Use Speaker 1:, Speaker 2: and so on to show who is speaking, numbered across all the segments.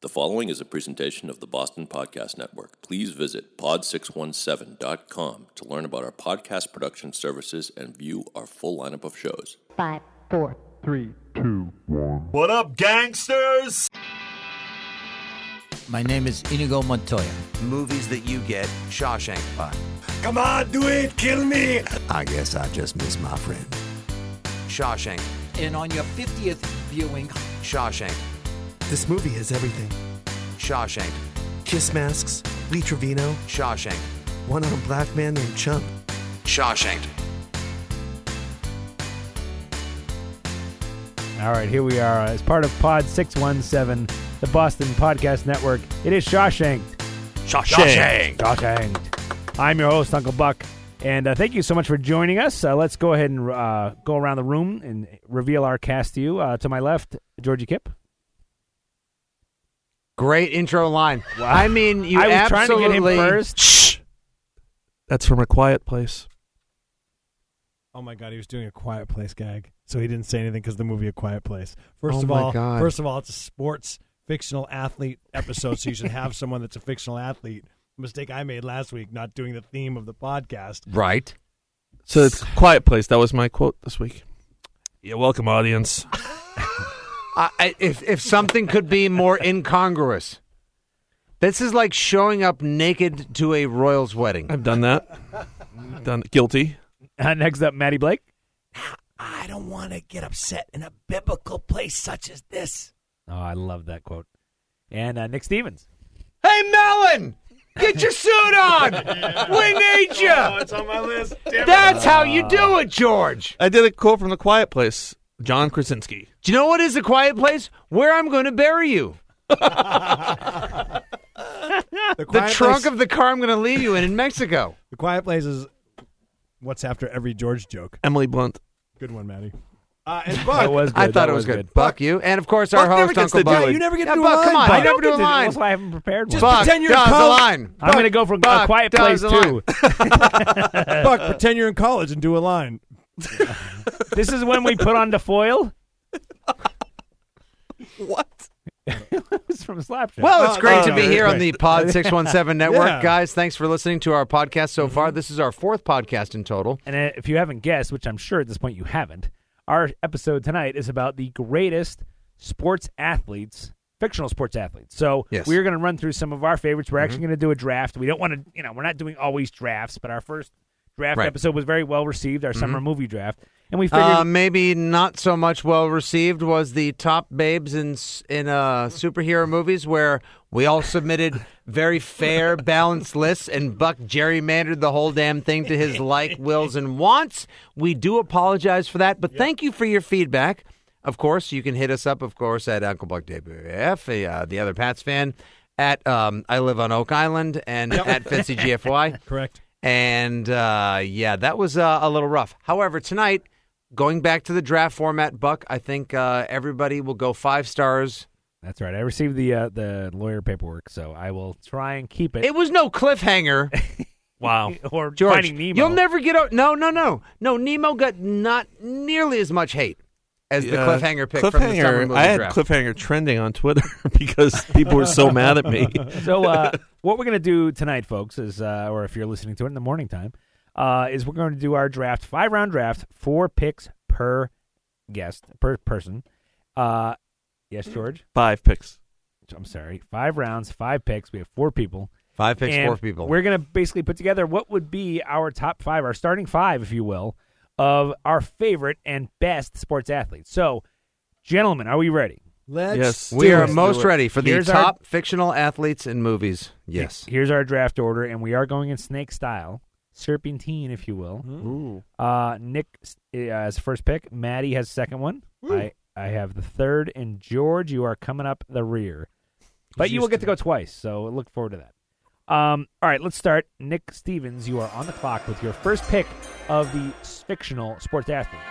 Speaker 1: The following is a presentation of the Boston Podcast Network. Please visit pod617.com to learn about our podcast production services and view our full lineup of shows.
Speaker 2: Five, four, three, two, one.
Speaker 3: What up, gangsters?
Speaker 4: My name is Inigo Montoya.
Speaker 5: movies that you get Shawshank by.
Speaker 3: Come on, do it, kill me!
Speaker 5: I guess I just miss my friend. Shawshank,
Speaker 4: And on your 50th viewing,
Speaker 5: Shawshank,
Speaker 6: This movie has everything
Speaker 5: Shawshank,
Speaker 6: kiss masks, Lee Trevino,
Speaker 5: Shawshank,
Speaker 6: one armed black man named Chump.
Speaker 5: Shawshank.
Speaker 7: All right, here we are as part of Pod 617, the Boston Podcast Network. It is Shawshank. Shawshank. Shawshank. I'm your host, Uncle Buck, and uh, thank you so much for joining us. Uh, let's go ahead and uh, go around the room and reveal our cast to you. Uh, to my left, Georgie Kipp.
Speaker 8: Great intro line. I mean, you
Speaker 7: I was
Speaker 8: absolutely
Speaker 7: trying to get him first.
Speaker 6: Shh. That's from a quiet place.
Speaker 9: Oh my god, he was doing a Quiet Place gag, so he didn't say anything because the movie A Quiet Place. First
Speaker 6: Oh
Speaker 9: of
Speaker 6: my
Speaker 9: all,
Speaker 6: God.
Speaker 9: first of all, it's a sports fictional athlete episode, so you should have someone that's a fictional athlete. The mistake I made last week, not doing the theme of the podcast.
Speaker 8: right.
Speaker 10: So it's quiet place. That was my quote this week. Yeah, welcome audience.
Speaker 8: I, I, if if something could be more incongruous, this is like showing up naked to a royal's wedding.
Speaker 10: I've done that. done guilty.
Speaker 7: Uh, next up, Maddie Blake.
Speaker 9: I don't want to get upset in a biblical place such as this.
Speaker 7: Oh, I love that quote. And uh, Nick Stevens.
Speaker 8: Hey, Melon, get your suit on. we need you.
Speaker 7: Oh,
Speaker 9: It's on my list.
Speaker 8: That's how you
Speaker 7: Ah.
Speaker 8: do it, George.
Speaker 10: I did a quote from The Quiet Place. John Krasinski.
Speaker 8: Do you know what is a quiet place? Where I'm going to bury you.
Speaker 9: The,
Speaker 8: The
Speaker 9: Quiet
Speaker 8: trunk
Speaker 9: Place,
Speaker 8: of the car I'm going to leave you in in Mexico.
Speaker 9: the Quiet Place is what's after every George joke.
Speaker 10: Emily Blunt.
Speaker 9: Good one, Maddie. Uh, and
Speaker 7: That
Speaker 9: Buck,
Speaker 7: was good.
Speaker 8: I thought
Speaker 7: That
Speaker 8: it was good. Buck, you. And of course, our
Speaker 10: Buck never
Speaker 8: host,
Speaker 10: gets
Speaker 8: Uncle
Speaker 10: to do
Speaker 8: Buck.
Speaker 10: it. You
Speaker 6: never get to
Speaker 8: Yeah,
Speaker 6: do a
Speaker 8: Buck,
Speaker 6: line,
Speaker 8: come on.
Speaker 6: Buck.
Speaker 8: I never do a
Speaker 7: That's
Speaker 8: line.
Speaker 7: why I haven't prepared one.
Speaker 8: Buck,
Speaker 6: pretend you're a
Speaker 8: does the
Speaker 6: coach.
Speaker 8: line.
Speaker 7: I'm going to go for a
Speaker 8: Buck
Speaker 7: Quiet Place
Speaker 8: does the line.
Speaker 7: too.
Speaker 9: Uh,
Speaker 8: Uh,
Speaker 9: Buck, pretend you're in college and do a line.
Speaker 7: this is when we put on the foil.
Speaker 10: What?
Speaker 7: It's from Slapshot.
Speaker 8: Well, it's great to be
Speaker 9: yeah,
Speaker 8: here on
Speaker 9: right.
Speaker 8: the Pod 617 network.
Speaker 9: Yeah.
Speaker 8: Guys, thanks for listening to our podcast so far. This is our fourth podcast in total.
Speaker 7: And uh, if you haven't guessed, which I'm sure at this point you haven't, our episode tonight is about the greatest sports athletes, fictional sports athletes. So
Speaker 8: Yes. Mm-hmm.
Speaker 7: we're going to run through some of our favorites. We're actually going to do a draft. We don't want to, you know, we're not doing always drafts, but our first draft
Speaker 8: Right. Mm-hmm.
Speaker 7: episode was very well received, our summer movie draft. And we figured
Speaker 8: Uh, maybe not so much well received was the top babes in s- in uh, superhero movies, where we all submitted very fair, balanced lists, and Buck gerrymandered the whole damn thing to his like, wills, and wants. We do apologize for that, but thank you for your feedback. Of course, you can hit us up, of course, at Uncle Buck WF, uh, the other Pats fan, at um, I Live on Oak Island, and at Fitzy GFY.
Speaker 9: Correct.
Speaker 8: And uh, yeah, that was uh, a little rough. However, tonight, going back to the draft format, Buck, I think uh, everybody will go five stars.
Speaker 7: that's right. I received the uh, the lawyer paperwork, so I will try and keep it.
Speaker 8: It was no cliffhanger,
Speaker 10: Wow.
Speaker 7: or
Speaker 8: George.
Speaker 7: finding Nemo.
Speaker 8: You'll never get out. No, no, no, no. Nemo got not nearly as much hate as the
Speaker 10: Yeah.
Speaker 8: cliffhanger pick from the summer
Speaker 10: Cliffhanger.
Speaker 8: movie
Speaker 10: I had
Speaker 8: draft.
Speaker 10: cliffhanger trending on Twitter because people were so mad at me.
Speaker 7: So uh, what we're gonna do tonight, folks, is uh, or if you're listening to it in the morning time, uh, is we're going to do our draft, five round draft, four picks per guest per person. Uh, yes, George.
Speaker 10: Five picks.
Speaker 7: I'm sorry. Five rounds, five picks. We have four people.
Speaker 8: Five picks,
Speaker 7: And
Speaker 8: four people.
Speaker 7: We're gonna basically put together what would be our top five, our starting five, if you will, of our favorite and best sports athletes. So, gentlemen, are we ready?
Speaker 9: Let's
Speaker 10: Yes.
Speaker 8: we are
Speaker 10: Do it.
Speaker 8: most ready for the
Speaker 7: Here's our-
Speaker 8: top fictional athletes in movies. Yes.
Speaker 7: Here's our draft order, and we are going in snake style, serpentine, if you will.
Speaker 10: Ooh.
Speaker 7: Uh, Nick s- uh, has first pick. Maddie has second one. I I have the third, and George, you are coming up the rear, but you will get to go twice. So look forward to that. Um, all right, let's start. Nick Stevens, you are on the clock with your first pick of the s- fictional sports athletes.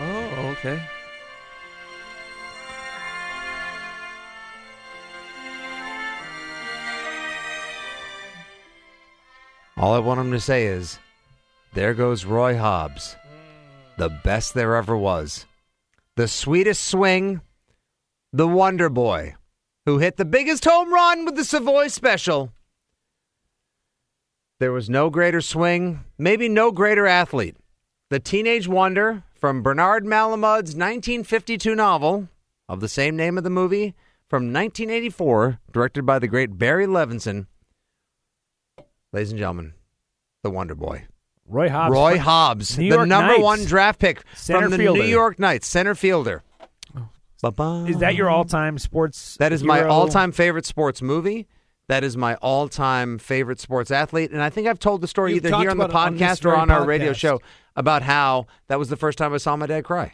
Speaker 10: Oh, okay.
Speaker 8: All I want him to say is, there goes Roy Hobbs, the best there ever was. The sweetest swing, the Wonder Boy, who hit the biggest home run with the Savoy special. There was no greater swing, maybe no greater athlete. The Teenage Wonder from Bernard Malamud's 1952 novel of the same name of the movie from 1984, directed by the great Barry Levinson. Ladies and gentlemen, The Wonder Boy.
Speaker 9: Roy Hobbs.
Speaker 8: Roy
Speaker 9: from
Speaker 8: Hobbs,
Speaker 9: New
Speaker 8: the
Speaker 9: York
Speaker 8: number
Speaker 9: Knights.
Speaker 8: one draft pick
Speaker 9: Center
Speaker 8: from the
Speaker 9: fielder.
Speaker 8: New York Knights, center fielder. Ba-ba.
Speaker 9: Is that your all-time sports?
Speaker 8: That is my
Speaker 9: hero?
Speaker 8: all-time favorite sports movie. That is my all-time favorite sports athlete, and I think I've told the story
Speaker 7: You've
Speaker 8: either here
Speaker 7: talked
Speaker 8: on the
Speaker 7: about it on this
Speaker 8: podcast or
Speaker 7: very
Speaker 8: on our radio
Speaker 7: podcast.
Speaker 8: show about how that was the first time I saw my dad cry.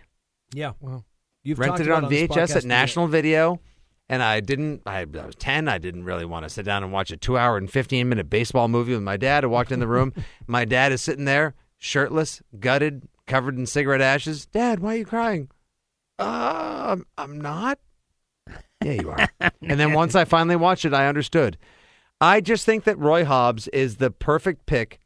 Speaker 7: Yeah. Well, you've talked
Speaker 8: Rented it
Speaker 7: about
Speaker 8: on
Speaker 7: this
Speaker 8: VHS
Speaker 7: podcast
Speaker 8: at
Speaker 7: today.
Speaker 8: National Video, and I didn't. I, I was ten. I didn't really want to sit down and watch a two-hour and fifteen-minute baseball movie with my dad. I walked in the room. my dad is sitting there, shirtless, gutted, covered in cigarette ashes. Dad, why are you crying? Uh, I'm- I'm not. Yeah, you are. and then once I finally watched it, I understood. I just think that Roy Hobbs is the perfect pick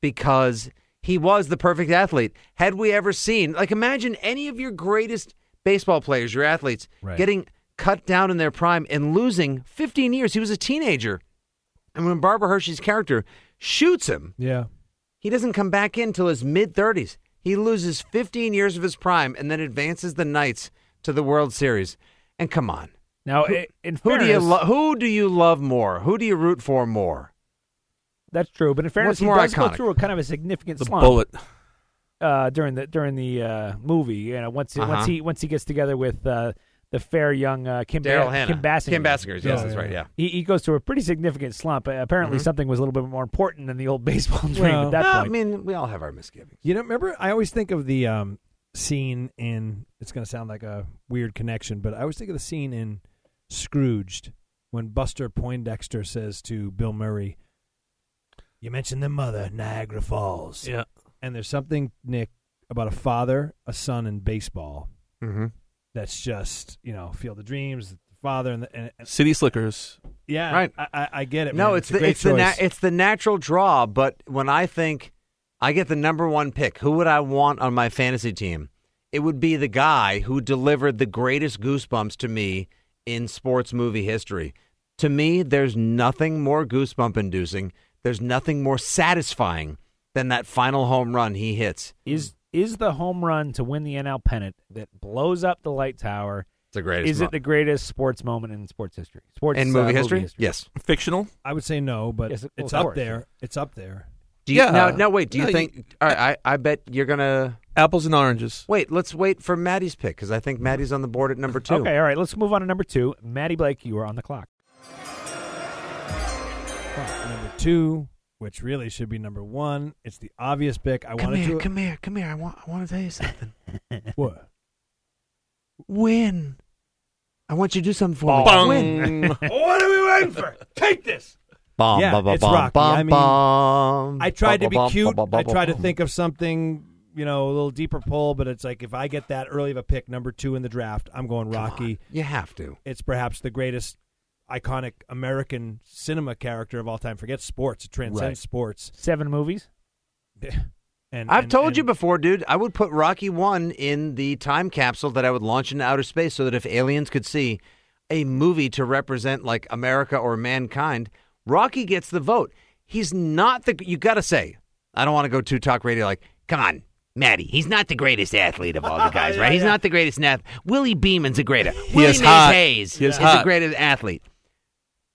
Speaker 8: because he was the perfect athlete. Had we ever seen, like, imagine any of your greatest baseball players, your athletes,
Speaker 7: Right.
Speaker 8: getting cut down in their prime and losing 15 years. He was a teenager. And when Barbara Hershey's character shoots him,
Speaker 7: Yeah.
Speaker 8: he doesn't come back in till his mid 30s. He loses 15 years of his prime and then advances the Knights to the World Series. And come on,
Speaker 9: Now,
Speaker 8: Who-
Speaker 9: i- in
Speaker 8: who do you
Speaker 9: fairness-
Speaker 8: lo- who do you love more? Who do you root for more?
Speaker 9: That's true, but in fairness,
Speaker 8: What's
Speaker 9: he
Speaker 8: more
Speaker 9: does
Speaker 8: iconic?
Speaker 9: go through a kind of a significant
Speaker 10: The
Speaker 9: slump
Speaker 10: bullet.
Speaker 9: uh, during the during the uh, movie. You know, once he
Speaker 8: Uh-huh.
Speaker 9: once he once he gets together with uh, the fair young uh, Kim
Speaker 8: Daryl
Speaker 9: ba-
Speaker 8: Hannah,
Speaker 9: Kim Basinger.
Speaker 8: Kim Basinger, yes,
Speaker 7: Yeah,
Speaker 8: that's
Speaker 7: yeah,
Speaker 8: right. Yeah.
Speaker 9: He, he goes through a pretty significant slump. Uh, Apparently, something was a little bit more important than the old baseball dream
Speaker 7: Well-
Speaker 9: at that
Speaker 8: No, I
Speaker 9: point.
Speaker 8: mean, we all have our misgivings.
Speaker 7: You know, remember, I always think of the um, scene in. It's going to sound like a weird connection, but I always think of the scene in Scrooged when Buster Poindexter says to Bill Murray, "You mentioned the mother, Niagara Falls."
Speaker 10: Yeah.
Speaker 7: And there's something, Nick, about a father, a son, and baseball
Speaker 8: Mm-hmm.
Speaker 7: that's just you know Field of Dreams, the father, and, the, and, and-
Speaker 10: City Slickers.
Speaker 7: yeah,
Speaker 8: Right.
Speaker 7: I, I, I get it.
Speaker 8: No,
Speaker 7: man.
Speaker 8: it's
Speaker 7: a
Speaker 8: the
Speaker 7: great
Speaker 8: it's the na-
Speaker 7: choice.
Speaker 8: it's the natural draw. But when I think I get the number one pick, who would I want on my fantasy team? It would be the guy who delivered the greatest goosebumps to me in sports movie history. To me, there's nothing more goosebump inducing. There's nothing more satisfying than that final home run he hits.
Speaker 9: Is is the home run to win the NL pennant that blows up the light tower?
Speaker 8: It's the greatest.
Speaker 9: Is it the greatest sports moment in sports history? Sports
Speaker 8: in
Speaker 9: uh,
Speaker 8: movie, history? Yes.
Speaker 10: Fictional.
Speaker 7: I would say no, but
Speaker 9: Yes, of
Speaker 7: it's
Speaker 9: course.
Speaker 7: up there. It's up there.
Speaker 8: Do you,
Speaker 10: Yeah.
Speaker 8: Now, now wait. Do you
Speaker 10: No, you-
Speaker 8: think? all right, I I bet you're gonna
Speaker 10: Apples and oranges.
Speaker 8: wait. Let's wait for Maddie's pick because I think Maddie's on the board at number two.
Speaker 9: Okay, all right. Let's move on to number two. Maddie Blake, you are on the clock.
Speaker 7: Fuck, Number two, which really should be number one. It's the obvious pick. I
Speaker 8: Come
Speaker 7: wanted
Speaker 8: here,
Speaker 7: to.
Speaker 8: come here, come here. I want, I want to tell you something.
Speaker 7: what?
Speaker 8: Win. I want you to do something for me.
Speaker 10: Bong.
Speaker 8: Win.
Speaker 7: what are we waiting for? Take this.
Speaker 8: Bomb,
Speaker 7: Yeah,
Speaker 8: bomb, bomb,
Speaker 7: it's Rocky. I mean,
Speaker 8: bomb.
Speaker 7: I tried to be
Speaker 8: Bomb,
Speaker 7: cute.
Speaker 8: bomb, bomb,
Speaker 7: I tried to
Speaker 8: bomb.
Speaker 7: think of something, you know, a little deeper pull. But it's like if I get that early of a pick, number two in the draft, I'm going Rocky.
Speaker 8: You have to.
Speaker 7: It's perhaps the greatest iconic American cinema character of all time. Forget sports; it transcends
Speaker 10: Right.
Speaker 7: sports.
Speaker 9: Seven movies.
Speaker 7: And
Speaker 8: I've
Speaker 7: and-
Speaker 8: told you
Speaker 7: and-
Speaker 8: before, dude. I would put Rocky One in the time capsule that I would launch into outer space, so that if aliens could see a movie to represent like America or mankind, Rocky gets the vote. He's not the. You gotta say. I don't want to go too talk radio. Like, come on, Maddie. He's not the greatest athlete of all the guys, right? He's not the greatest athlete. Willie Beeman's a greater. Willie Mays
Speaker 10: is hot.
Speaker 8: Hayes
Speaker 10: He is
Speaker 8: the
Speaker 10: hot.
Speaker 8: greatest athlete.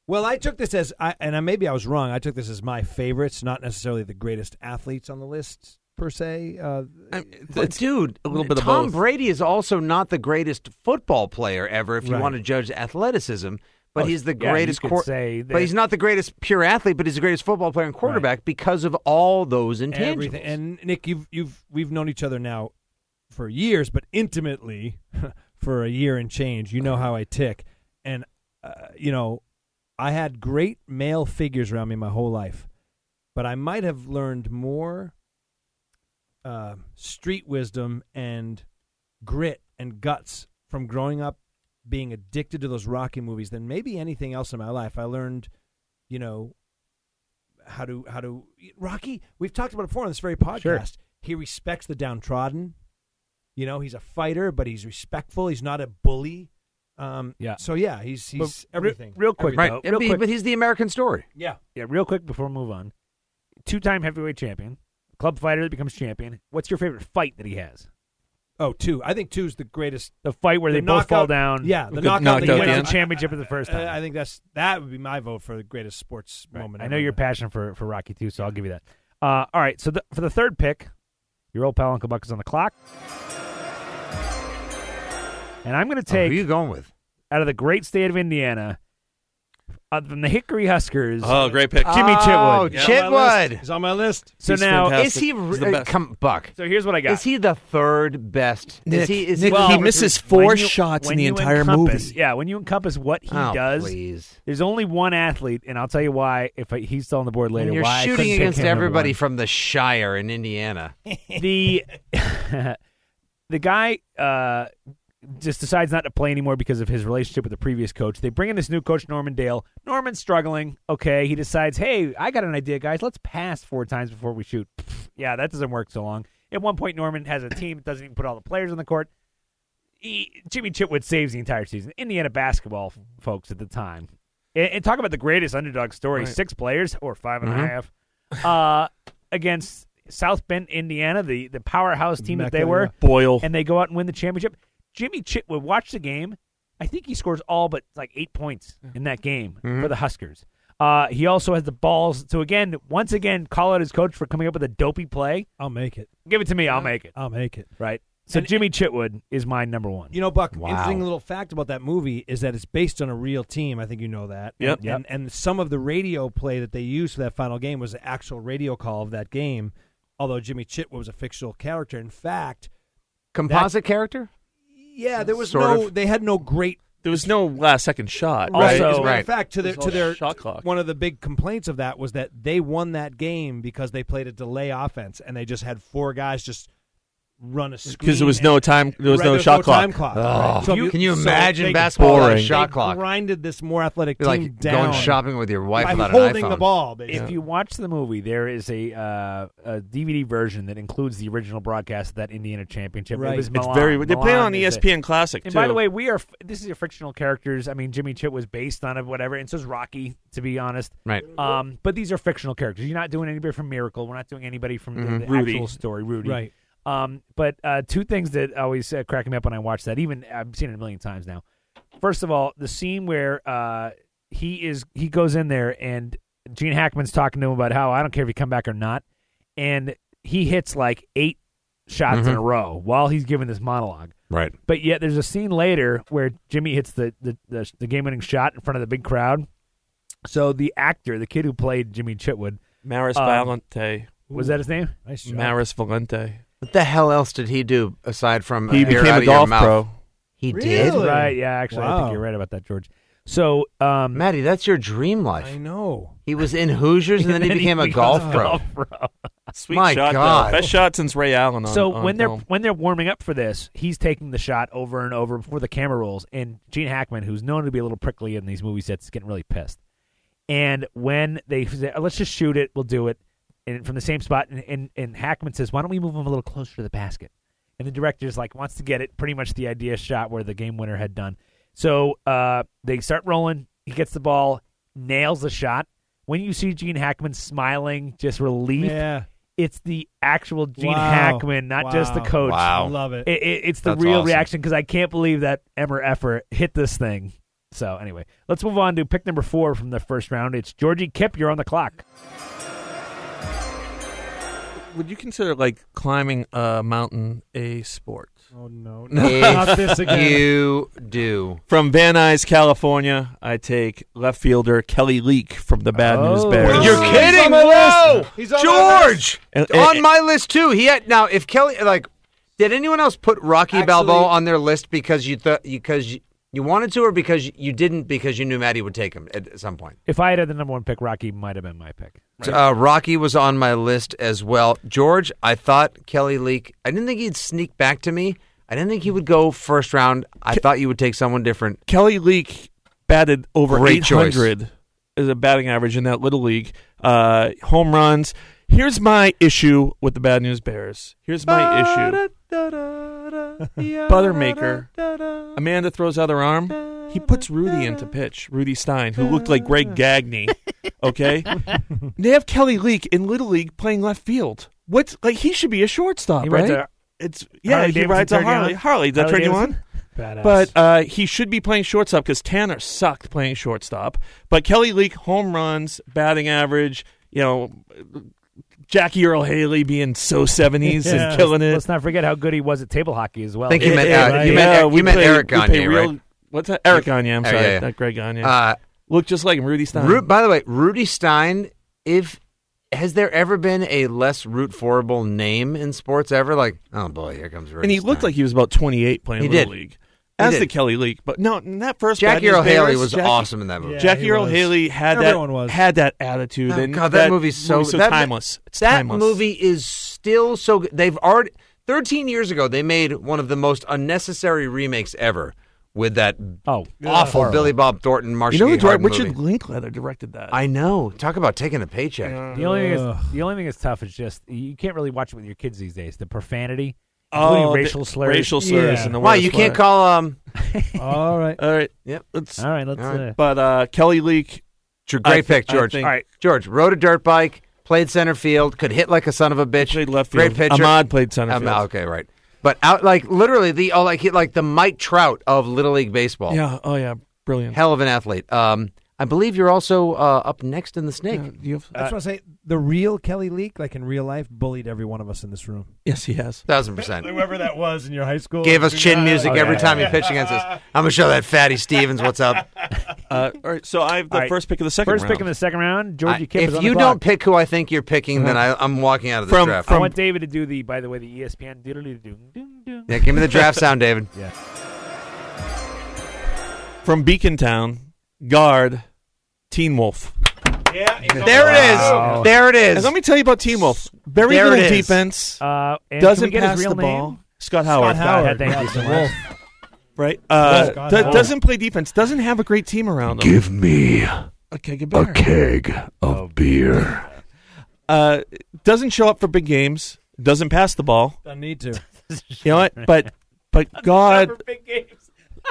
Speaker 7: Well, I took this as, I, and I, maybe I was wrong. I took this as my favorites, not necessarily the greatest athletes on the list per se. Uh,
Speaker 8: But dude,
Speaker 10: a little bit of
Speaker 8: Tom
Speaker 10: both.
Speaker 8: Brady is also not the greatest football player ever, if you
Speaker 7: Right.
Speaker 8: want to judge athleticism. But
Speaker 9: Oh,
Speaker 8: he's the
Speaker 9: yeah, you
Speaker 8: greatest.
Speaker 9: could say that-
Speaker 8: but he's not the greatest pure athlete. But he's the greatest football player and quarterback because of all those intangibles.
Speaker 7: everything. And Nick, you've you've we've known each other now for years, but intimately for a year and change. You know how I tick, and uh, you know I had great male figures around me my whole life, but I might have learned more uh, street wisdom and grit and guts from growing up being addicted to those Rocky movies than maybe anything else in my life. I learned, you know, how to how to Rocky. We've talked about it before on this very podcast.
Speaker 9: Sure.
Speaker 7: He respects the downtrodden. You know, he's a fighter, but he's respectful. He's not a bully.
Speaker 9: Um,
Speaker 7: Yeah.
Speaker 9: So yeah, he's
Speaker 7: But
Speaker 9: he's
Speaker 7: re-
Speaker 9: everything.
Speaker 7: Real quick,
Speaker 8: Right.
Speaker 7: though,
Speaker 8: It'd
Speaker 7: real
Speaker 8: be-
Speaker 7: quick.
Speaker 8: But he's the American story.
Speaker 9: yeah.
Speaker 7: Yeah, real quick before we move on. Two time heavyweight champion, club fighter that becomes champion. What's your favorite fight that he has?
Speaker 9: Oh, two. I think two's the greatest.
Speaker 7: The fight where
Speaker 9: The
Speaker 7: they both fall
Speaker 9: knockout-
Speaker 7: down.
Speaker 9: Yeah, the
Speaker 10: Good
Speaker 9: knockout.
Speaker 10: knockout
Speaker 9: that he
Speaker 10: at
Speaker 9: went
Speaker 10: the
Speaker 9: on.
Speaker 10: end.
Speaker 9: I-
Speaker 7: Championship for the first
Speaker 9: I-
Speaker 7: time.
Speaker 9: Uh, I think that's that would be my vote for the greatest sports
Speaker 7: Right.
Speaker 9: moment.
Speaker 7: I
Speaker 9: ever.
Speaker 7: know your passion for, for Rocky too, so I'll give you that. Uh, all right, so the, for the third pick, your old pal Uncle Buck is on the clock, and I'm going to
Speaker 8: Oh, who
Speaker 7: take
Speaker 8: you going with?
Speaker 7: out of the great state of Indiana, uh, from the Hickory Huskers.
Speaker 10: Oh, great pick.
Speaker 7: Jimmy
Speaker 8: Oh,
Speaker 7: Chitwood.
Speaker 10: Yeah.
Speaker 8: Chitwood.
Speaker 9: He's on my list.
Speaker 7: so
Speaker 10: He's
Speaker 7: now,
Speaker 10: fantastic.
Speaker 8: Is he
Speaker 10: He's
Speaker 8: re- uh,
Speaker 10: the best.
Speaker 8: come Buck?
Speaker 7: so here's what I got.
Speaker 8: Is he the third best? is
Speaker 10: Nick,
Speaker 8: he? Is
Speaker 10: Nick,
Speaker 8: he,
Speaker 10: Well,
Speaker 8: he
Speaker 10: he misses
Speaker 7: When
Speaker 10: four
Speaker 7: you-
Speaker 10: shots
Speaker 7: when
Speaker 10: in the
Speaker 7: you
Speaker 10: entire
Speaker 7: encompass-
Speaker 10: movie.
Speaker 7: Yeah, when you encompass what he
Speaker 8: oh,
Speaker 7: does,
Speaker 8: Please.
Speaker 7: there's only one athlete, and I'll tell you why. If I, he's still on the board later,
Speaker 8: And you're
Speaker 7: why I couldn't
Speaker 8: shooting
Speaker 7: pick
Speaker 8: against
Speaker 7: him number
Speaker 8: everybody
Speaker 7: one.
Speaker 8: from the Shire in Indiana.
Speaker 7: the the guy uh, just decides not to play anymore because of his relationship with the previous coach. They bring in this new coach, Norman Dale. Norman's struggling. Okay, he decides, hey, I got an idea, guys. Let's pass four times before we shoot. Pfft, yeah, that doesn't work so long. At one point, Norman has a team that doesn't even put all the players on the court. He, Jimmy Chitwood saves the entire season. Indiana basketball f- folks at the time. And, and talk about the greatest underdog story:
Speaker 10: Right.
Speaker 7: six players or five
Speaker 10: Mm-hmm.
Speaker 7: and a
Speaker 8: Mhm.
Speaker 7: half uh, against South Bend, Indiana, the the powerhouse team that they
Speaker 9: Mecca,
Speaker 7: were,
Speaker 9: yeah.
Speaker 10: Boyle.
Speaker 7: and they go out and win the championship. Jimmy Chitwood watched the game. I think he scores all but like eight points in that game
Speaker 10: Mm-hmm.
Speaker 7: for the Huskers. Uh, he also has the balls to again, once again, call out his coach for coming up with a dopey play.
Speaker 9: I'll make it.
Speaker 7: Give it to me, I'll make it.
Speaker 9: I'll make it.
Speaker 7: Right. So
Speaker 9: And-
Speaker 7: Jimmy Chitwood is my number one.
Speaker 9: You know, Buck.
Speaker 8: Wow.
Speaker 9: Interesting little fact about that movie is that it's based on a real team. I think you know that.
Speaker 10: Yep.
Speaker 9: And, and and some of the radio play that they used for that final game was the actual radio call of that game. Although Jimmy Chitwood was a fictional character, in fact,
Speaker 8: Composite character?
Speaker 9: yeah, there was
Speaker 8: Sort
Speaker 9: no.
Speaker 8: of.
Speaker 9: They had no great
Speaker 10: There was no last second shot.
Speaker 7: Right.
Speaker 9: As
Speaker 7: Also-
Speaker 9: a matter
Speaker 8: Right.
Speaker 9: of fact, to their
Speaker 10: There's
Speaker 9: to
Speaker 10: no
Speaker 9: their
Speaker 10: shot clock.
Speaker 9: one of the big complaints of that was that they won that game because they played a delay offense and they just had four guys just run a screen
Speaker 10: Because there was
Speaker 9: and-
Speaker 10: no time. There was
Speaker 9: Right,
Speaker 10: no
Speaker 9: there's
Speaker 10: shot clock.
Speaker 9: time clock.
Speaker 8: Oh.
Speaker 9: right? if
Speaker 8: Can you
Speaker 9: so
Speaker 8: imagine
Speaker 9: they-
Speaker 8: basketball without a
Speaker 10: boring.
Speaker 8: shot
Speaker 9: they
Speaker 8: clock?
Speaker 9: Grinded this more athletic
Speaker 8: You're
Speaker 9: team
Speaker 8: like
Speaker 9: down
Speaker 8: going shopping with your wife
Speaker 9: by
Speaker 8: without
Speaker 9: holding
Speaker 8: an iPhone.
Speaker 9: the ball. Basically.
Speaker 7: If you watch the movie, there is a, uh, a DVD version that includes the original broadcast of that Indiana championship. It
Speaker 9: Right.
Speaker 7: was
Speaker 9: It's
Speaker 10: It's
Speaker 7: Milan.
Speaker 10: very. They play it
Speaker 7: Milan
Speaker 10: on E
Speaker 7: is the-
Speaker 10: ESPN Classic
Speaker 7: And
Speaker 10: too.
Speaker 7: by the way, we are. f- This is your fictional characters. I mean, Jimmy Chit was based on it, whatever, and so is Rocky, to be honest.
Speaker 8: Right.
Speaker 7: Um, but these are fictional characters. You're not doing anybody from Miracle. We're not doing anybody from the- the,
Speaker 10: Mm-hmm. Rudy.
Speaker 7: actual story, Rudy.
Speaker 9: Right.
Speaker 7: Um, but uh, two things that always uh, crack me up when I watch that. Even I've seen it a million times now. First of all, the scene where uh, he is he goes in there and Gene Hackman's talking to him about how I don't care if you come back or not, and he hits like eight shots in a row while he's giving this monologue.
Speaker 8: Right.
Speaker 7: But yet, there's a scene later where Jimmy hits the the, the, the game winning shot in front of the big crowd. So the actor, the kid who played Jimmy Chitwood,
Speaker 10: Maris
Speaker 7: um,
Speaker 10: Valente.
Speaker 7: was that his name?
Speaker 9: nice shot.
Speaker 10: Maris Valente.
Speaker 8: What the hell else did he do aside from
Speaker 10: He
Speaker 8: appear out
Speaker 10: became
Speaker 8: of
Speaker 10: a
Speaker 8: your
Speaker 10: golf
Speaker 8: mouth?
Speaker 10: pro.
Speaker 8: He
Speaker 9: Really?
Speaker 8: did.
Speaker 7: Right? Yeah, actually, I think
Speaker 9: Wow.
Speaker 7: you're right about that, George. So um,
Speaker 8: Maddie, that's your dream
Speaker 9: I
Speaker 8: life.
Speaker 9: know.
Speaker 8: He was in Hoosiers and then he became a golf
Speaker 7: becomes
Speaker 8: pro.
Speaker 7: pro.
Speaker 10: Sweet
Speaker 8: My
Speaker 10: shot, though.
Speaker 8: God.
Speaker 10: Best shot since Ray Allen. On,
Speaker 7: So
Speaker 10: on
Speaker 7: when they're
Speaker 10: film.
Speaker 7: when they're warming up for this, he's taking the shot over and over before the camera rolls, and Gene Hackman, who's known to be a little prickly in these movie sets, is getting really pissed. And when they say, "Oh, "Let's just shoot it, we'll do it," and from the same spot, and, and and Hackman says, "Why don't we move him a little closer to the basket?" And the director's like wants to get it pretty much the idea shot where the game winner had done. So uh, they start rolling. He gets the ball, nails the shot. When you see Gene Hackman smiling, just relief,
Speaker 9: Yeah.
Speaker 7: it's the actual Gene
Speaker 9: Wow.
Speaker 7: Hackman, not just the
Speaker 9: Wow.
Speaker 7: coach.
Speaker 8: Wow.
Speaker 9: I love it.
Speaker 7: It, it, it's the
Speaker 8: That's
Speaker 7: real
Speaker 8: awesome.
Speaker 7: reaction because I can't believe that Emmer Effer hit this thing. So anyway, let's move on to pick number four from the first round. It's Georgie Kip. You're on the clock.
Speaker 10: would you consider like climbing a mountain a sport?
Speaker 9: oh no. Not this
Speaker 8: If
Speaker 9: again.
Speaker 8: you do.
Speaker 10: From Van Nuys, California, I take left fielder Kelly Leak from the Bad News
Speaker 7: Oh.
Speaker 10: Bears.
Speaker 8: You're
Speaker 9: he's
Speaker 8: kidding!
Speaker 9: on my
Speaker 8: Whoa,
Speaker 9: list. He's on my
Speaker 8: George,
Speaker 10: And-
Speaker 8: on
Speaker 10: and-
Speaker 8: my list too. He had now. If Kelly, like, did anyone else put Rocky
Speaker 9: Actually-
Speaker 8: Balboa on their list because you thought because you, you wanted to, or because you didn't because you knew Maddie would take him at some point?
Speaker 7: If I had had the number one pick, Rocky might have been my pick.
Speaker 8: Uh, Rocky was on my list as well. George, I thought Kelly Leak. I didn't think he'd sneak back to me. I didn't think he would go first round. I thought you would take someone different.
Speaker 10: Kelly Leak batted over
Speaker 8: Great
Speaker 10: 800 as a batting average in that little league. Uh, home runs. Here's my issue with the Bad News Bears. Here's my issue. Buttermaker. Amanda throws out her arm. He puts Rudy into pitch. Rudy Stein, who looked like Greg Gagne. Okay, they have Kelly Leak in Little League playing left field. What's like he should be a shortstop,
Speaker 7: He
Speaker 10: right?
Speaker 7: rides a-
Speaker 10: it's yeah,
Speaker 7: Harley
Speaker 10: he
Speaker 7: Davidson
Speaker 10: rides a
Speaker 7: turn you
Speaker 10: Harley.
Speaker 7: on?
Speaker 10: Harley, does that
Speaker 7: Harley
Speaker 10: turn you on?
Speaker 7: Davidson? Badass.
Speaker 10: But uh, he should be playing shortstop because Tanner sucked playing shortstop. But Kelly Leak, home runs, batting average, you know, Jackie Earl Haley being so 70s
Speaker 7: Yeah.
Speaker 10: and killing it.
Speaker 7: Let's not forget how good he was at table hockey as well.
Speaker 8: Thank you, meant,
Speaker 10: Yeah,
Speaker 8: uh,
Speaker 10: right.
Speaker 8: you meant,
Speaker 10: Yeah,
Speaker 8: Eric-
Speaker 10: we
Speaker 8: you meant
Speaker 10: play-
Speaker 8: Eric
Speaker 10: we play
Speaker 8: Gagne,
Speaker 10: real-
Speaker 8: right?
Speaker 10: What's that? Eric Gagne, I'm
Speaker 8: Oh,
Speaker 10: sorry.
Speaker 8: yeah, yeah.
Speaker 10: Not Greg Gagne.
Speaker 8: Uh,
Speaker 10: Look just like him, Rudy Stein.
Speaker 8: Ru- by the way, Rudy Stein. If has there ever been a less root forable name in sports ever? Like, oh boy, here comes Rudy.
Speaker 10: and he looked like he was about 28 playing
Speaker 8: He
Speaker 10: Little
Speaker 8: did.
Speaker 10: League.
Speaker 8: He
Speaker 10: As
Speaker 8: did.
Speaker 10: the Kelly Leak, but no, in that first
Speaker 8: Jackie
Speaker 10: Bad News
Speaker 8: Earl Haley
Speaker 10: Bears,
Speaker 8: was
Speaker 10: Jackie-
Speaker 8: awesome in that movie.
Speaker 9: Yeah,
Speaker 10: Jackie
Speaker 9: he
Speaker 10: Earl
Speaker 9: was.
Speaker 10: Haley had
Speaker 9: Everyone
Speaker 10: that
Speaker 9: was.
Speaker 10: had that attitude.
Speaker 8: Oh,
Speaker 10: and
Speaker 8: God, that, movie's so that,
Speaker 10: timeless. It's
Speaker 8: that
Speaker 10: timeless.
Speaker 8: movie is still so good. They've already 13 years ago they made one of the most unnecessary remakes ever with that
Speaker 7: Oh,
Speaker 8: awful
Speaker 7: horrible.
Speaker 8: Billy Bob Thornton Marshall.
Speaker 10: You know who
Speaker 8: Harden
Speaker 10: directed? Richard
Speaker 8: movie.
Speaker 10: Linkletter directed that.
Speaker 8: I know. Talk about taking a paycheck.
Speaker 7: The only, thing
Speaker 9: Ugh.
Speaker 7: is, the only thing that's tough is just you can't really watch it with your kids these days. The profanity,
Speaker 10: oh,
Speaker 7: including
Speaker 10: the-
Speaker 7: racial slurs.
Speaker 10: Racial slurs
Speaker 9: Yeah.
Speaker 10: and the
Speaker 8: Why
Speaker 10: worst
Speaker 8: you can't
Speaker 10: part.
Speaker 8: call um
Speaker 9: All right.
Speaker 10: All right.
Speaker 8: Yep.
Speaker 10: Let's,
Speaker 7: All right, let's.
Speaker 8: All right.
Speaker 7: Uh,
Speaker 10: but uh, Kelly Leak.
Speaker 8: Dr-
Speaker 10: I
Speaker 8: great
Speaker 10: thi-
Speaker 8: pick,
Speaker 10: I
Speaker 8: George.
Speaker 10: think-
Speaker 8: All right, George rode a dirt bike, played center field, could hit like a son of a bitch.
Speaker 10: Played left
Speaker 8: Great
Speaker 10: field.
Speaker 8: pitcher.
Speaker 10: Ahmad played center
Speaker 8: Um,
Speaker 10: field.
Speaker 8: okay, right. But out like literally the oh like he like the Mike Trout of Little League baseball.
Speaker 10: Yeah. Oh yeah. Brilliant.
Speaker 8: Hell of an athlete. Um, I believe you're also uh, up next in the snake.
Speaker 10: Yeah, you have-
Speaker 9: I just want to say the real Kelly Leak, like in real life, bullied every one of us in this room.
Speaker 10: yes, he has.
Speaker 8: Thousand percent.
Speaker 9: Whoever that was in your high school
Speaker 8: Gave us chin music
Speaker 7: Oh,
Speaker 8: every
Speaker 7: yeah,
Speaker 8: time he pitched against us. I'm gonna show that fatty Stevens what's up.
Speaker 10: Uh, all right. So I have the
Speaker 7: All right.
Speaker 10: first pick of the second
Speaker 7: first
Speaker 10: round.
Speaker 7: pick in the second round,
Speaker 8: I-
Speaker 7: Georgie Kip is
Speaker 8: if
Speaker 7: on
Speaker 8: you
Speaker 7: the
Speaker 8: don't
Speaker 7: clock.
Speaker 8: pick who I think you're picking, then I, I'm walking out of this
Speaker 10: Uh-huh. From-
Speaker 8: draft.
Speaker 7: I
Speaker 10: from-
Speaker 7: want David to do the. By the E way, the ESPN. doodly doo doo doo.
Speaker 8: yeah, give me the draft sound, David.
Speaker 10: from Beacon Town, guard, Teen Wolf.
Speaker 8: There it
Speaker 7: Wow.
Speaker 8: is. There it
Speaker 10: And
Speaker 8: is.
Speaker 10: let me tell you about Teen Wolf. Very
Speaker 8: There it
Speaker 10: little
Speaker 8: is.
Speaker 10: defense.
Speaker 7: Uh, and can
Speaker 10: doesn't
Speaker 7: we get
Speaker 10: pass
Speaker 7: his real
Speaker 10: the ball. Oh,
Speaker 7: name?
Speaker 10: Scott Howard.
Speaker 7: Scott Howard. Thank you so much.
Speaker 10: Right. Uh,
Speaker 9: Scott
Speaker 10: do-
Speaker 9: Howard.
Speaker 10: Doesn't play defense. Doesn't have a great team around him.
Speaker 3: Give me
Speaker 10: Okay, good beer.
Speaker 3: keg of beer.
Speaker 10: Uh, doesn't show up for big games. Doesn't pass the ball.
Speaker 9: I need to.
Speaker 10: You know what? But but God,
Speaker 7: For big games.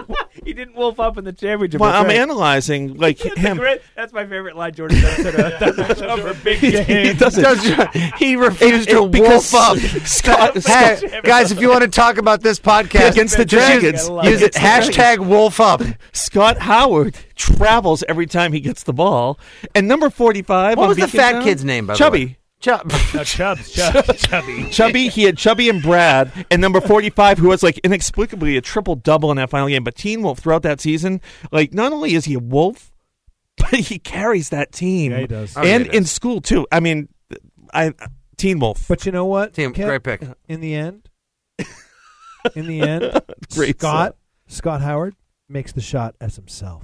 Speaker 7: he didn't wolf up in the championship.
Speaker 10: well,
Speaker 7: that's
Speaker 10: I'm
Speaker 7: right.
Speaker 10: analyzing like
Speaker 7: That's a
Speaker 10: him.
Speaker 7: great- that's my favorite line, Jordan. Doesn't doesn't show uh, for big games.
Speaker 10: he doesn't.
Speaker 8: he refused to
Speaker 10: because
Speaker 8: wolf up.
Speaker 10: Scott-
Speaker 8: Hey,
Speaker 10: Scott-
Speaker 8: guys, if you want to talk about this podcast
Speaker 10: Against the
Speaker 8: just
Speaker 10: Dragons.
Speaker 8: use, use it
Speaker 10: Against the
Speaker 8: hashtag wolf up.
Speaker 10: Scott Howard travels every time he gets the ball. And number 45.
Speaker 8: What
Speaker 10: on
Speaker 8: was the
Speaker 10: Beacon
Speaker 8: fat
Speaker 10: Town?
Speaker 8: kid's name? By
Speaker 10: Chubby.
Speaker 8: the way? Chubby.
Speaker 7: No, Chubbs, Chubbs, Chubby.
Speaker 10: Chubby, he had Chubby and Brad, and number 45, who was like inexplicably a triple double in that final game. But Teen Wolf throughout that season, like not only is he a wolf, but he carries that team.
Speaker 9: Yeah, he does.
Speaker 8: Oh, yeah,
Speaker 10: and
Speaker 8: he
Speaker 10: in
Speaker 8: does.
Speaker 10: school too. I mean, I Teen Wolf.
Speaker 9: But you know what?
Speaker 8: Team,
Speaker 9: Kip?
Speaker 8: great pick.
Speaker 9: In the end, in the end,
Speaker 10: Great
Speaker 9: Scott Scott Howard makes the shot as himself.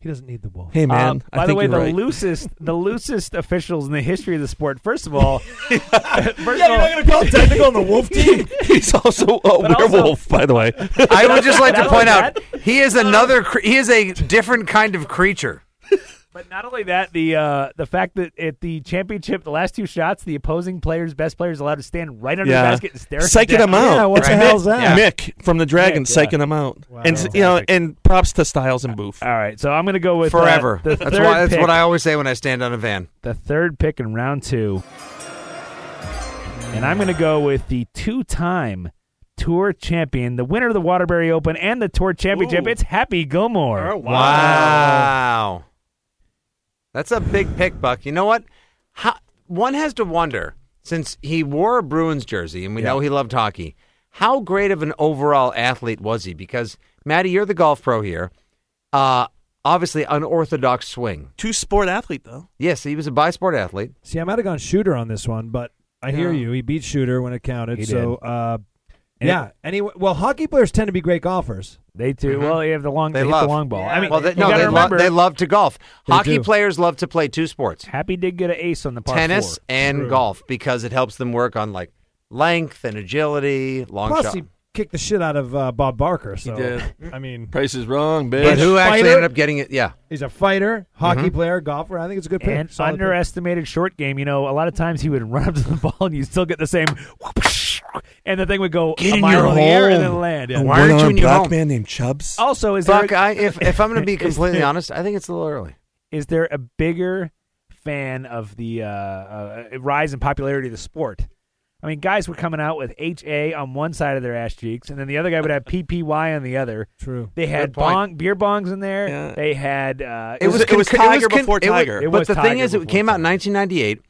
Speaker 9: He doesn't need the wolf.
Speaker 10: Hey man,
Speaker 7: Um,
Speaker 10: I
Speaker 7: by the
Speaker 10: think
Speaker 7: way,
Speaker 10: you're
Speaker 7: the
Speaker 10: right.
Speaker 7: loosest, the loosest officials in the history of the sport. First of all, first of all,
Speaker 9: to call technical on the wolf team.
Speaker 10: he's also a
Speaker 7: But also-
Speaker 10: werewolf, by the way.
Speaker 8: I would just like to
Speaker 7: Not
Speaker 8: point
Speaker 7: only
Speaker 8: out he is another. cre- He is a different kind of creature.
Speaker 7: But not only that, the uh, the fact that at the championship, the last two shots, the opposing players, best players, allowed to stand right under the basket and stare.
Speaker 10: psyching him
Speaker 7: down.
Speaker 10: out.
Speaker 9: Yeah, what the
Speaker 10: Mick-
Speaker 9: hell's that?
Speaker 10: Mick from the Dragons
Speaker 7: Mick, yeah.
Speaker 10: psyching him out,
Speaker 9: Wow.
Speaker 10: and you know, and props to Styles and Booth.
Speaker 7: All right, so I'm going to go with uh,
Speaker 8: Forever.
Speaker 7: the
Speaker 8: that's
Speaker 7: third
Speaker 8: why. That's
Speaker 7: pick,
Speaker 8: what I always say when I stand on a van.
Speaker 7: the third pick in round two, and I'm going to go with the two-time tour champion, the winner of the Waterbury Open and the tour championship.
Speaker 10: Ooh.
Speaker 7: It's Happy Gilmore.
Speaker 8: Wow. That's a big pick, Buck. You know what? How, one has to wonder, since he wore a Bruins jersey and we know he loved hockey, how great of an overall athlete was he? Because, Maddie, you're the golf pro here. Uh, obviously, unorthodox swing.
Speaker 10: Two sport athlete though.
Speaker 8: Yes, he was a bisport athlete.
Speaker 9: See, I might have gone shooter on this one, but I hear
Speaker 10: Yeah.
Speaker 9: you. He beat shooter when it counted.
Speaker 7: He
Speaker 9: so, uh,
Speaker 7: And
Speaker 9: yeah. Anyway, well, hockey players tend to be great golfers.
Speaker 7: They too. Well, they have the long.
Speaker 8: Mm-hmm. They
Speaker 7: They, hit
Speaker 8: love-
Speaker 7: the long ball. I mean,
Speaker 8: well, they,
Speaker 7: you
Speaker 8: no,
Speaker 7: gotta
Speaker 8: they, lo-
Speaker 7: remember,
Speaker 8: they love to golf.
Speaker 9: They
Speaker 8: hockey
Speaker 9: do.
Speaker 8: players love to play two sports.
Speaker 7: Happy did get an ace on the par
Speaker 8: tennis
Speaker 7: four.
Speaker 8: and golf because it helps them work on like length and agility, long
Speaker 9: Plus,
Speaker 8: shot.
Speaker 9: he kicked the shit out of uh, Bob Barker. So,
Speaker 10: did.
Speaker 9: I mean,
Speaker 10: Price is wrong, bitch.
Speaker 8: but who actually
Speaker 9: fighter-
Speaker 8: ended up getting it? Yeah,
Speaker 9: he's a fighter, hockey player, golfer. I think it's a good pick.
Speaker 7: Mm-hmm. and
Speaker 9: Solid pick.
Speaker 7: underestimated short game. You know, a lot of times he would run up to the ball and you still get the same. Whoosh, and the thing would go
Speaker 11: Get
Speaker 7: a
Speaker 11: in
Speaker 7: mile
Speaker 11: your
Speaker 7: in the air and
Speaker 11: hole.
Speaker 7: then land. Yeah.
Speaker 8: Why aren't you in your
Speaker 11: black
Speaker 8: home?
Speaker 11: man named Chubbs?
Speaker 7: Also, is
Speaker 8: Buck,
Speaker 7: there
Speaker 8: I, if if I'm going to be
Speaker 7: Is
Speaker 8: completely
Speaker 7: there-
Speaker 8: honest, I think it's a little early.
Speaker 7: is there a bigger fan of the uh, uh, rise in popularity of the sport? I mean, guys were coming out with HA on one side of their ass cheeks, and then the other guy would have PPY on the other.
Speaker 10: True.
Speaker 7: They had
Speaker 8: Good point.
Speaker 7: bong, beer bongs in there.
Speaker 11: Yeah.
Speaker 7: They had. Uh,
Speaker 11: It was- it was
Speaker 8: con-
Speaker 11: Tiger
Speaker 8: con-
Speaker 11: before
Speaker 8: it was-
Speaker 11: Tiger.
Speaker 7: It
Speaker 8: but
Speaker 7: was
Speaker 8: the thing
Speaker 7: Tiger
Speaker 8: is, it
Speaker 7: before
Speaker 8: came out in
Speaker 7: Tiger.
Speaker 8: 1998,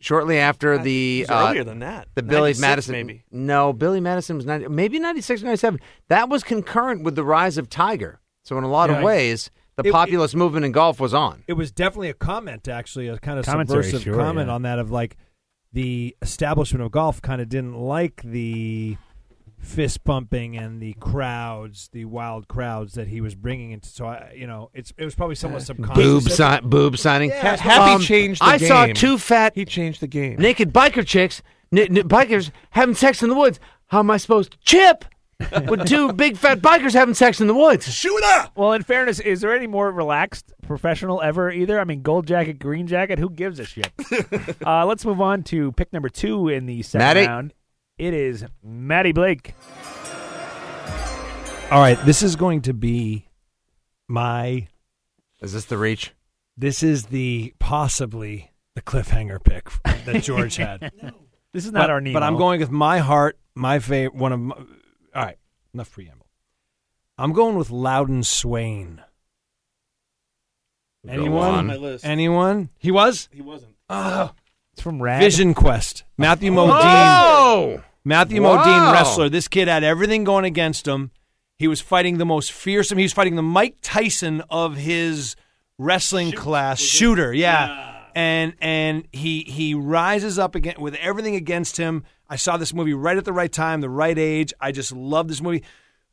Speaker 8: shortly after the
Speaker 11: It was
Speaker 8: uh,
Speaker 11: earlier than that.
Speaker 8: the Billy
Speaker 11: 96
Speaker 8: Madison.
Speaker 11: maybe.
Speaker 8: No, Billy Madison was 90, maybe 96, 97. That was concurrent with the rise of Tiger. So in a lot
Speaker 10: Yeah,
Speaker 8: of
Speaker 10: I-
Speaker 8: ways, the
Speaker 10: it- it-
Speaker 8: populist movement in golf was on.
Speaker 10: It was definitely a comment, actually, a kind of
Speaker 7: Commentary,
Speaker 10: subversive
Speaker 7: sure,
Speaker 10: comment
Speaker 7: yeah.
Speaker 10: on that of like the establishment of golf kind of didn't like the fist pumping and the crowds, the wild crowds that he was bringing into. So I, you know, it's it was probably somewhat subconscious.
Speaker 8: Boob, si- boob signing. Um,
Speaker 11: Ha- Happy changed the
Speaker 8: I saw
Speaker 11: game.
Speaker 8: two fat
Speaker 11: He changed the game.
Speaker 8: naked biker chicks, n- n- bikers having sex in the woods. How am I supposed to chip with two big fat bikers having sex in the woods?
Speaker 11: Shoot up!
Speaker 7: Well, in fairness, is there any more relaxed professional ever either? I mean, gold jacket, green jacket, who gives a shit? uh, let's move on to pick number two in the second
Speaker 8: Matty.
Speaker 7: round. It is Matty Blake.
Speaker 10: All right, this is going to be my.
Speaker 8: Is this the reach?
Speaker 10: This is the possibly the cliffhanger pick that George had.
Speaker 7: This is not
Speaker 10: but,
Speaker 7: our Nemo.
Speaker 10: But I'm going with my heart, my favorite, one of my. All right, enough preamble. I'm going with Loudon Swain.
Speaker 8: on.
Speaker 10: Anyone?
Speaker 8: My
Speaker 10: Anyone? He was? He wasn't. Oh,
Speaker 7: It's from Rad.
Speaker 10: Vision Quest. Matthew Modine.
Speaker 8: Oh!
Speaker 10: Matthew
Speaker 8: Wow.
Speaker 10: Modine, wrestler. This kid had everything going against him. He was fighting the most fearsome. He was fighting the Mike Tyson of his wrestling class, shooter. Yeah. And and he he rises up again with everything against him. I saw this movie right at the right time, the right age. I just love this movie.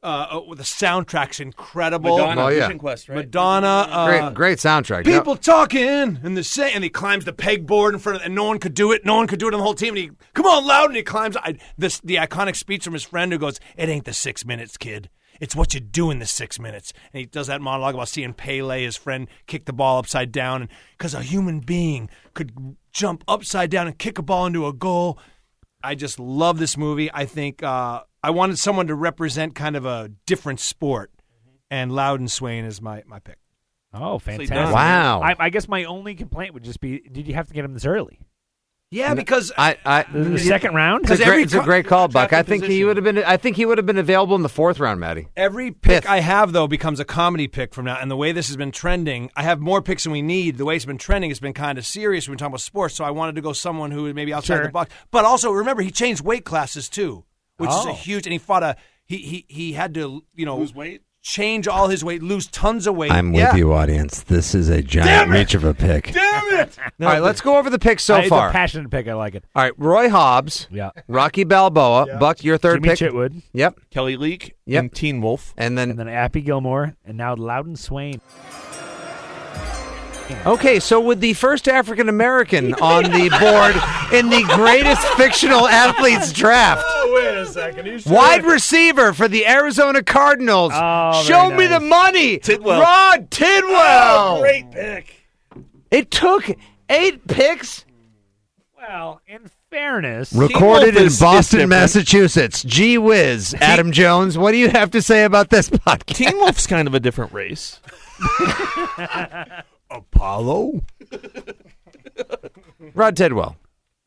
Speaker 10: Uh, oh, the soundtrack's incredible.
Speaker 11: Madonna,
Speaker 8: Oh, yeah.
Speaker 11: Vision Quest, right?
Speaker 10: Madonna, uh,
Speaker 8: Great, great soundtrack. No-
Speaker 10: people talking and the say and he climbs the pegboard in front of and no one could do it no one could do it on the whole team and he come on loud and he climbs I, this the iconic speech from his friend who goes it ain't the six minutes kid it's what you do in the six minutes and he does that monologue about seeing pele his friend kick the ball upside down and because a human being could jump upside down and kick a ball into a goal I just love this movie. I think uh, I wanted someone to represent kind of a different sport, and Loudon Swain is my, my pick.
Speaker 7: Oh,
Speaker 11: done.
Speaker 7: fantastic!
Speaker 8: Wow.
Speaker 7: I, I guess my only complaint would just be: Did you have to get him this early?
Speaker 10: Yeah, because
Speaker 8: I, I,
Speaker 7: The, the second round?
Speaker 8: it's, a
Speaker 10: Because
Speaker 8: great,
Speaker 10: every
Speaker 8: it's a
Speaker 10: co-
Speaker 8: great call, Buck. I
Speaker 11: drafted
Speaker 8: think he
Speaker 11: position.
Speaker 8: would have been. I think he would have been available in the fourth round, Matty.
Speaker 10: Every pick
Speaker 8: Fifth.
Speaker 10: I have though becomes a comedy pick from now, and the way this has been trending, I have more picks than we need. The way it's been trending, it's been kind of serious. We've been talking about sports, so I wanted to go someone who maybe outside
Speaker 7: Sure.
Speaker 10: the box. But also remember, he changed weight classes too, which is
Speaker 7: Oh.
Speaker 10: a huge. And he fought a he he he had to you know lose weight, change all his weight, lose tons of weight. Yeah.
Speaker 12: audience. This is a
Speaker 10: Damn
Speaker 12: giant
Speaker 10: it! reach
Speaker 12: of a pick.
Speaker 10: Damn it!
Speaker 8: All right, let's go over the picks so
Speaker 7: I- it's
Speaker 8: far.
Speaker 7: a passionate pick. I like it.
Speaker 8: All right, Roy Hobbs,
Speaker 7: Yeah.
Speaker 8: Rocky Balboa, Buck, your third
Speaker 7: Jimmy
Speaker 8: pick.
Speaker 7: Chitwood,
Speaker 8: Yep,
Speaker 11: Kelly Leak
Speaker 8: Yep.
Speaker 11: and Teen Wolf.
Speaker 8: and then,
Speaker 7: and then Appy Gilmore, and now Loudon Swain.
Speaker 8: okay. So with the first African American on the board in the greatest fictional athletes draft,
Speaker 10: Oh wait a second!
Speaker 8: wide receiver for the Arizona Cardinals.
Speaker 7: Oh,
Speaker 8: Show
Speaker 7: very
Speaker 8: me the
Speaker 7: nice.
Speaker 8: money,
Speaker 11: Tidwell.
Speaker 8: Rod Tidwell.
Speaker 11: Great pick.
Speaker 8: It took eight picks.
Speaker 7: Well, in fairness,
Speaker 8: Recorded
Speaker 11: Wolf
Speaker 8: in
Speaker 11: is- is
Speaker 8: Boston,
Speaker 11: different.
Speaker 8: Massachusetts. Gee whiz, Adam Jones. What do you have to say about this podcast?
Speaker 11: Teen Wolf's kind of a different race.
Speaker 10: Apollo.
Speaker 8: Rod Tidwell,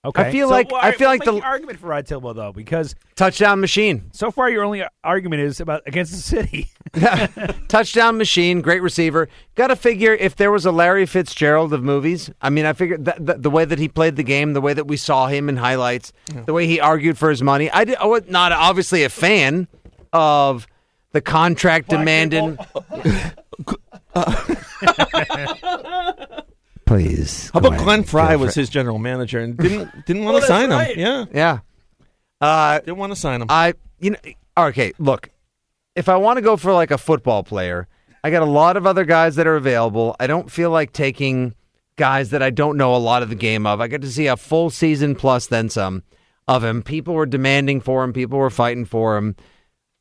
Speaker 7: okay.
Speaker 8: I feel
Speaker 7: So,
Speaker 8: like-
Speaker 7: all
Speaker 8: I feel
Speaker 7: let's
Speaker 8: like the-
Speaker 7: make argument for Rod Tilwell though, because
Speaker 8: touchdown machine,
Speaker 7: so far your only argument is about against the city.
Speaker 8: touchdown machine. Great receiver. Got to figure if there was a Larry Fitzgerald of movies. I mean, I figured that, that the way that he played the game, the way that we saw him in highlights, the way he argued for his money. I, did, I was not obviously a fan of the contract demanding.
Speaker 12: Please.
Speaker 11: How about Glenn Fry was his general manager and didn't
Speaker 10: Oh,
Speaker 11: didn't want to sign him? Yeah,
Speaker 8: Yeah. Uh,
Speaker 11: didn't want to sign him.
Speaker 8: I you know okay, look. If I want to go for like a football player, I got a lot of other guys that are available. I don't feel like taking guys that I don't know a lot of the game of. I got to see a full season plus then some of him. People were demanding for him, people were fighting for him.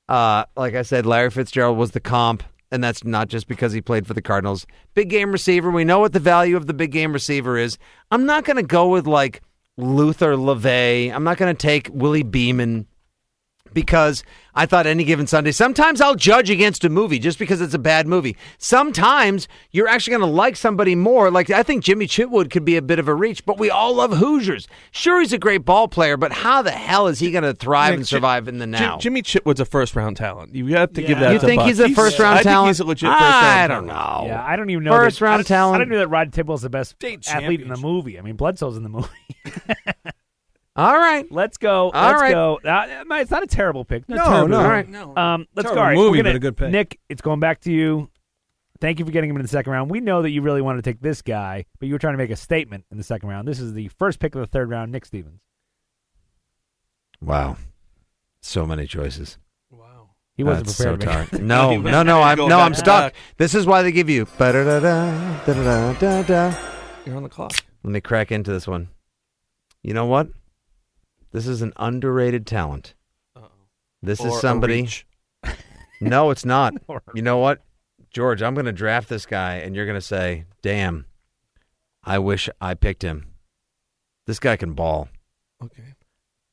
Speaker 8: Uh, like I said, Larry Fitzgerald was the comp, and that's not just because he played for the Cardinals. Big game receiver. We know what the value of the big game receiver is. I'm not going to go with like Luther LeVay. I'm not going to take Willie Beeman because I thought any given Sunday. Sometimes I'll judge against a movie just because it's a bad movie. Sometimes you're actually going to like somebody more. Like I think Jimmy Chitwood could be a bit of a reach, but we all love Hoosiers. Sure, he's a great ball player, but how the hell is he going to thrive and
Speaker 10: Jim-
Speaker 8: survive in the now?
Speaker 10: Jim- Jimmy Chitwood's a first round talent. You have to give that.
Speaker 8: you
Speaker 10: to
Speaker 8: think
Speaker 10: Buck.
Speaker 8: he's a first round
Speaker 10: I
Speaker 8: talent?
Speaker 10: Think he's a legit first round.
Speaker 8: I
Speaker 10: talent.
Speaker 8: don't know.
Speaker 7: Yeah, I don't e- even know.
Speaker 8: First
Speaker 7: that-
Speaker 8: round
Speaker 7: I don't-
Speaker 8: talent.
Speaker 7: I don't know that Rod Tibble's the best
Speaker 9: State
Speaker 7: athlete in the
Speaker 9: champions.
Speaker 7: movie. I mean, Bledsoe's in the movie.
Speaker 8: All right.
Speaker 7: Let's go.
Speaker 8: All
Speaker 7: let's
Speaker 8: right.
Speaker 7: go. Uh, no, it's not a terrible pick. Not
Speaker 9: No,
Speaker 7: terrible.
Speaker 9: no.
Speaker 7: All
Speaker 9: All
Speaker 7: right.
Speaker 9: right.
Speaker 10: No.
Speaker 7: Um, let's
Speaker 9: Terrible
Speaker 7: go. All right,
Speaker 9: movie,
Speaker 7: we're gonna-
Speaker 9: but a good pick.
Speaker 7: Nick, it's going back to you. Thank you for getting him in the second round. We know that you really wanted to take this guy, but you were trying to make a statement in the second round. This is the first pick of the third round, Nick Stevens.
Speaker 8: Wow. So many choices.
Speaker 10: Wow.
Speaker 7: He wasn't
Speaker 8: That's
Speaker 7: prepared.
Speaker 8: so
Speaker 7: to make-
Speaker 8: dark. No, no, no. I'm no, I'm stuck. This is why they give you. ba-da-da-da, da-da-da, da-da.
Speaker 10: You're on the clock.
Speaker 8: Let me crack into this one. You know what? This is an underrated talent. This
Speaker 10: Or
Speaker 8: is
Speaker 10: a
Speaker 8: somebody.
Speaker 10: reach.
Speaker 8: No, it's not. you know what, George? I'm going to draft this guy, and you're going to say, "Damn, I wish I picked him." This guy can ball.
Speaker 10: Okay.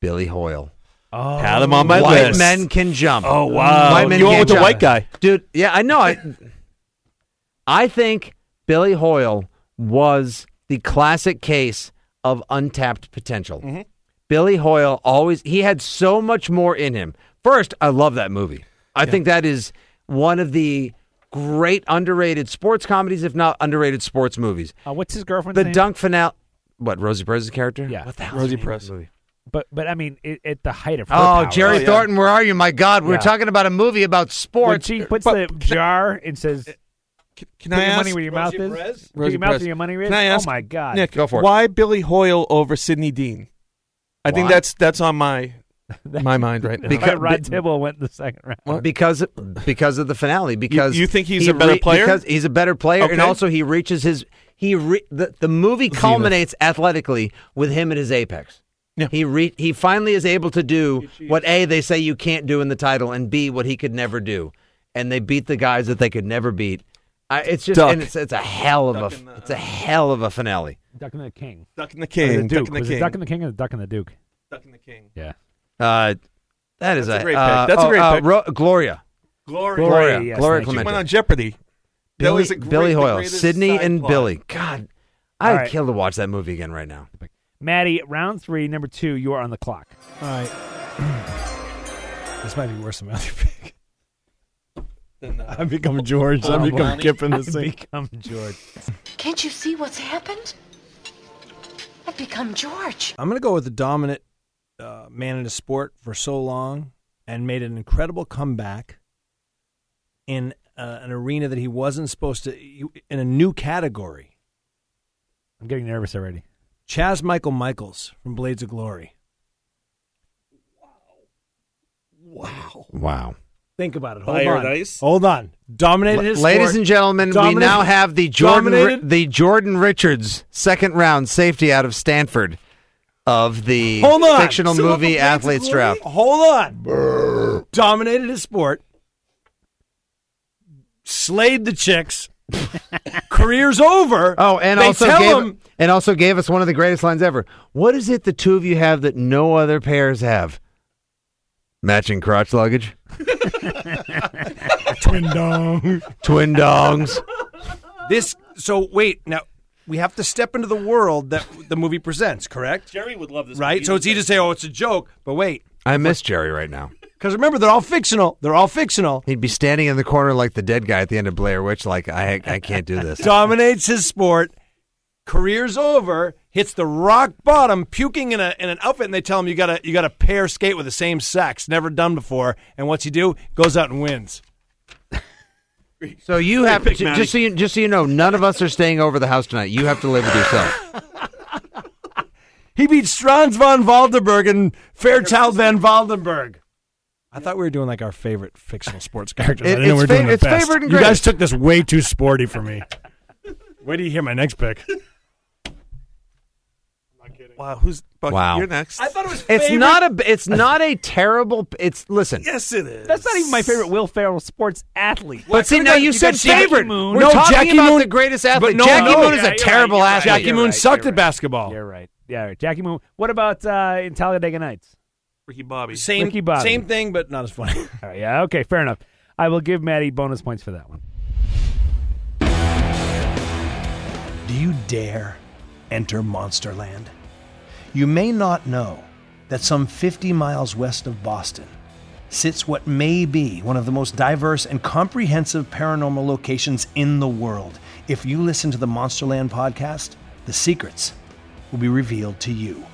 Speaker 8: Billy Hoyle.
Speaker 7: Oh,
Speaker 10: Had him on my
Speaker 8: white
Speaker 10: list.
Speaker 8: men can jump. Mm.
Speaker 10: Oh wow.
Speaker 8: White men
Speaker 10: you
Speaker 8: can't
Speaker 10: went with the
Speaker 8: jump.
Speaker 10: white guy.
Speaker 8: dude. Yeah, I know. I I think Billy Hoyle was the classic case of untapped potential.
Speaker 10: Mm-hmm.
Speaker 8: Billy Hoyle always he had so much more in him. First, I love that movie. I think that is one of the great underrated sports comedies, if not underrated sports movies.
Speaker 7: uh, what's his girlfriend's
Speaker 8: The
Speaker 7: name?
Speaker 8: dunk finale. What Rosie Perez's character?
Speaker 7: Yeah.
Speaker 8: What the hell's
Speaker 10: Rosie
Speaker 8: the name of
Speaker 10: Perez.
Speaker 8: the movie?
Speaker 7: But but I mean, it, at the height of her
Speaker 8: Oh,
Speaker 7: powers.
Speaker 8: Jerry Thornton, where are you? My God, we
Speaker 7: Yeah.
Speaker 8: were talking about a movie about
Speaker 7: When
Speaker 8: sports.
Speaker 7: she puts
Speaker 10: But-
Speaker 7: the jar and says,
Speaker 10: Can,
Speaker 7: "Put
Speaker 10: I
Speaker 7: your
Speaker 10: ask?
Speaker 7: money where your mouth is." Put
Speaker 10: Rosie
Speaker 7: your mouth
Speaker 10: Perez.
Speaker 7: where your money is.
Speaker 10: Can I
Speaker 7: oh
Speaker 10: ask
Speaker 7: my God,
Speaker 10: Nick,
Speaker 8: Go for it.
Speaker 10: why Billy Hoyle over Sidney Dean? I think
Speaker 8: Why?
Speaker 10: that's that's on my my mind right now.
Speaker 7: That's why
Speaker 8: Because-
Speaker 7: Rod Tibble went in the second round.
Speaker 10: What?
Speaker 8: because because of the finale. Because
Speaker 10: you think he's a better player?
Speaker 8: Because he's a better player, and
Speaker 10: Okay.
Speaker 8: also he reaches his he re, the the movie culminates athletically with him at his apex.
Speaker 10: Yeah.
Speaker 8: He re, he finally is able to do what a they say you can't do in the title, and b what he could never do, and they beat the guys that they could never beat. I, it's just
Speaker 10: Duck.
Speaker 8: and it's it's a hell of a
Speaker 10: Duck in the-
Speaker 8: it's a hell of a finale.
Speaker 7: Duck and the King.
Speaker 10: Duck in the
Speaker 7: Or the
Speaker 10: King.
Speaker 7: Duke.
Speaker 10: Duck in the
Speaker 7: was
Speaker 10: King.
Speaker 7: it Duck and the King or the Duck and the Duke?
Speaker 10: Duck in the King.
Speaker 7: Yeah.
Speaker 8: Uh, that is
Speaker 10: That's a great pick.
Speaker 8: uh,
Speaker 10: That's a
Speaker 8: oh,
Speaker 10: great
Speaker 8: uh,
Speaker 10: pick.
Speaker 8: Ro- Gloria.
Speaker 10: Glory.
Speaker 8: Gloria,
Speaker 7: yes,
Speaker 8: Gloria
Speaker 7: thank you.
Speaker 10: She went
Speaker 8: Clemente.
Speaker 10: on Jeopardy. That
Speaker 8: Billy,
Speaker 10: was a great-
Speaker 8: Billy
Speaker 10: the
Speaker 8: Hoyle,
Speaker 10: greatest
Speaker 8: Sydney
Speaker 10: side
Speaker 8: and
Speaker 10: plot.
Speaker 8: Billy. God, I'd
Speaker 7: All right.
Speaker 8: kill to watch that movie again right now.
Speaker 7: Maddie, round three, number two, you are on the clock.
Speaker 9: All right. this might be worse than my other pick. I'm becoming George. I'm becoming Kip in this thing.
Speaker 7: Become George.
Speaker 13: Can't you see what's happened? I've become George.
Speaker 9: I'm going to go with the dominant uh, man in a sport for so long and made an incredible comeback in uh, an arena that he wasn't supposed to, you- in a new category.
Speaker 7: I'm getting nervous already.
Speaker 9: Chaz Michael Michaels from Blades of Glory.
Speaker 8: Wow.
Speaker 9: Think about it. Hold
Speaker 10: Fire
Speaker 9: on.
Speaker 10: dice.
Speaker 9: Hold on. Dominated his
Speaker 8: Ladies
Speaker 9: sport.
Speaker 8: and gentlemen, we
Speaker 9: Dominated-
Speaker 8: now have the Jordan Ri-
Speaker 9: dominated-
Speaker 8: the Jordan Richards second round safety out of Stanford of the
Speaker 9: Hold on.
Speaker 8: fictional
Speaker 9: So
Speaker 8: movie
Speaker 9: Blades of
Speaker 8: Athlete's
Speaker 9: Glory?
Speaker 8: Draft.
Speaker 9: Hold on. Dominated his sport. Slayed the chicks. Career's over.
Speaker 8: Oh, and
Speaker 9: they
Speaker 8: also
Speaker 9: tell
Speaker 8: gave
Speaker 9: him
Speaker 8: and also gave us one of the greatest lines ever. What is it the two of you have that no other pairs have? Matching crotch luggage.
Speaker 9: twin dong.
Speaker 8: Twin dongs.
Speaker 9: This. So wait now. We have to step into the world that the movie presents, correct? Jerry would love this, right? So it's easy to say, "Oh, it's a joke," but wait,
Speaker 8: I miss Jerry right now.
Speaker 9: because remember, they're all fictional. They're all fictional.
Speaker 8: He'd be standing in the corner like the dead guy at the end of Blair Witch, like I I can't do this.
Speaker 9: dominates his sport, career's over, hits the rock bottom, puking in, a, in an outfit, and they tell him you gotta you gotta pair skate with the same sex, never done before. And what's he do? Goes out and wins.
Speaker 8: So you have to, just so you just so you know, none of us are staying over the house tonight. You have to live with yourself.
Speaker 9: He beat Franz von Waldenberg and Fairchild van Waldenberg. I thought we were doing like our favorite fictional sports characters.
Speaker 8: It-
Speaker 9: I didn't know we
Speaker 8: it's
Speaker 9: were doing
Speaker 8: fav-
Speaker 9: the
Speaker 8: it's
Speaker 9: best.
Speaker 8: favorite and
Speaker 9: You guys
Speaker 8: greatest.
Speaker 9: took this way too sporty for me. Wait till you hear my next pick.
Speaker 10: Wow. Who's Buck,
Speaker 8: Wow.
Speaker 10: You're next.
Speaker 9: I thought it was.
Speaker 8: It's not a it's not a terrible. p- It's listen.
Speaker 10: yes, it is.
Speaker 7: That's not even my favorite Will Ferrell sports athlete.
Speaker 8: But see, now you, said
Speaker 7: Jackie
Speaker 8: favorite.
Speaker 7: Moon.
Speaker 8: We're
Speaker 9: No,
Speaker 8: talking
Speaker 9: Jackie
Speaker 8: about
Speaker 9: Moon-
Speaker 8: the greatest athlete.
Speaker 9: but no,
Speaker 8: Jackie
Speaker 9: no.
Speaker 8: Moon is
Speaker 9: Yeah,
Speaker 8: a
Speaker 7: you're
Speaker 8: terrible
Speaker 7: right, you're right,
Speaker 8: athlete.
Speaker 9: Jackie
Speaker 7: you're
Speaker 9: Moon
Speaker 7: right,
Speaker 9: sucked
Speaker 7: you're
Speaker 9: at basketball.
Speaker 7: You're right. yeah, all right. Jackie Moon. What about uh, in Talladega Nights?
Speaker 10: Ricky Bobby.
Speaker 9: Same,
Speaker 7: Ricky Bobby.
Speaker 9: same thing, but not as funny.
Speaker 7: All right, Uh, yeah, okay, fair enough. I will give Maddie bonus points for that one.
Speaker 14: Do you dare enter Monsterland? You may not know that some 50 miles west of Boston sits what may be one of the most diverse and comprehensive paranormal locations in the world. If you listen to the Monsterland podcast, the secrets will be revealed to you.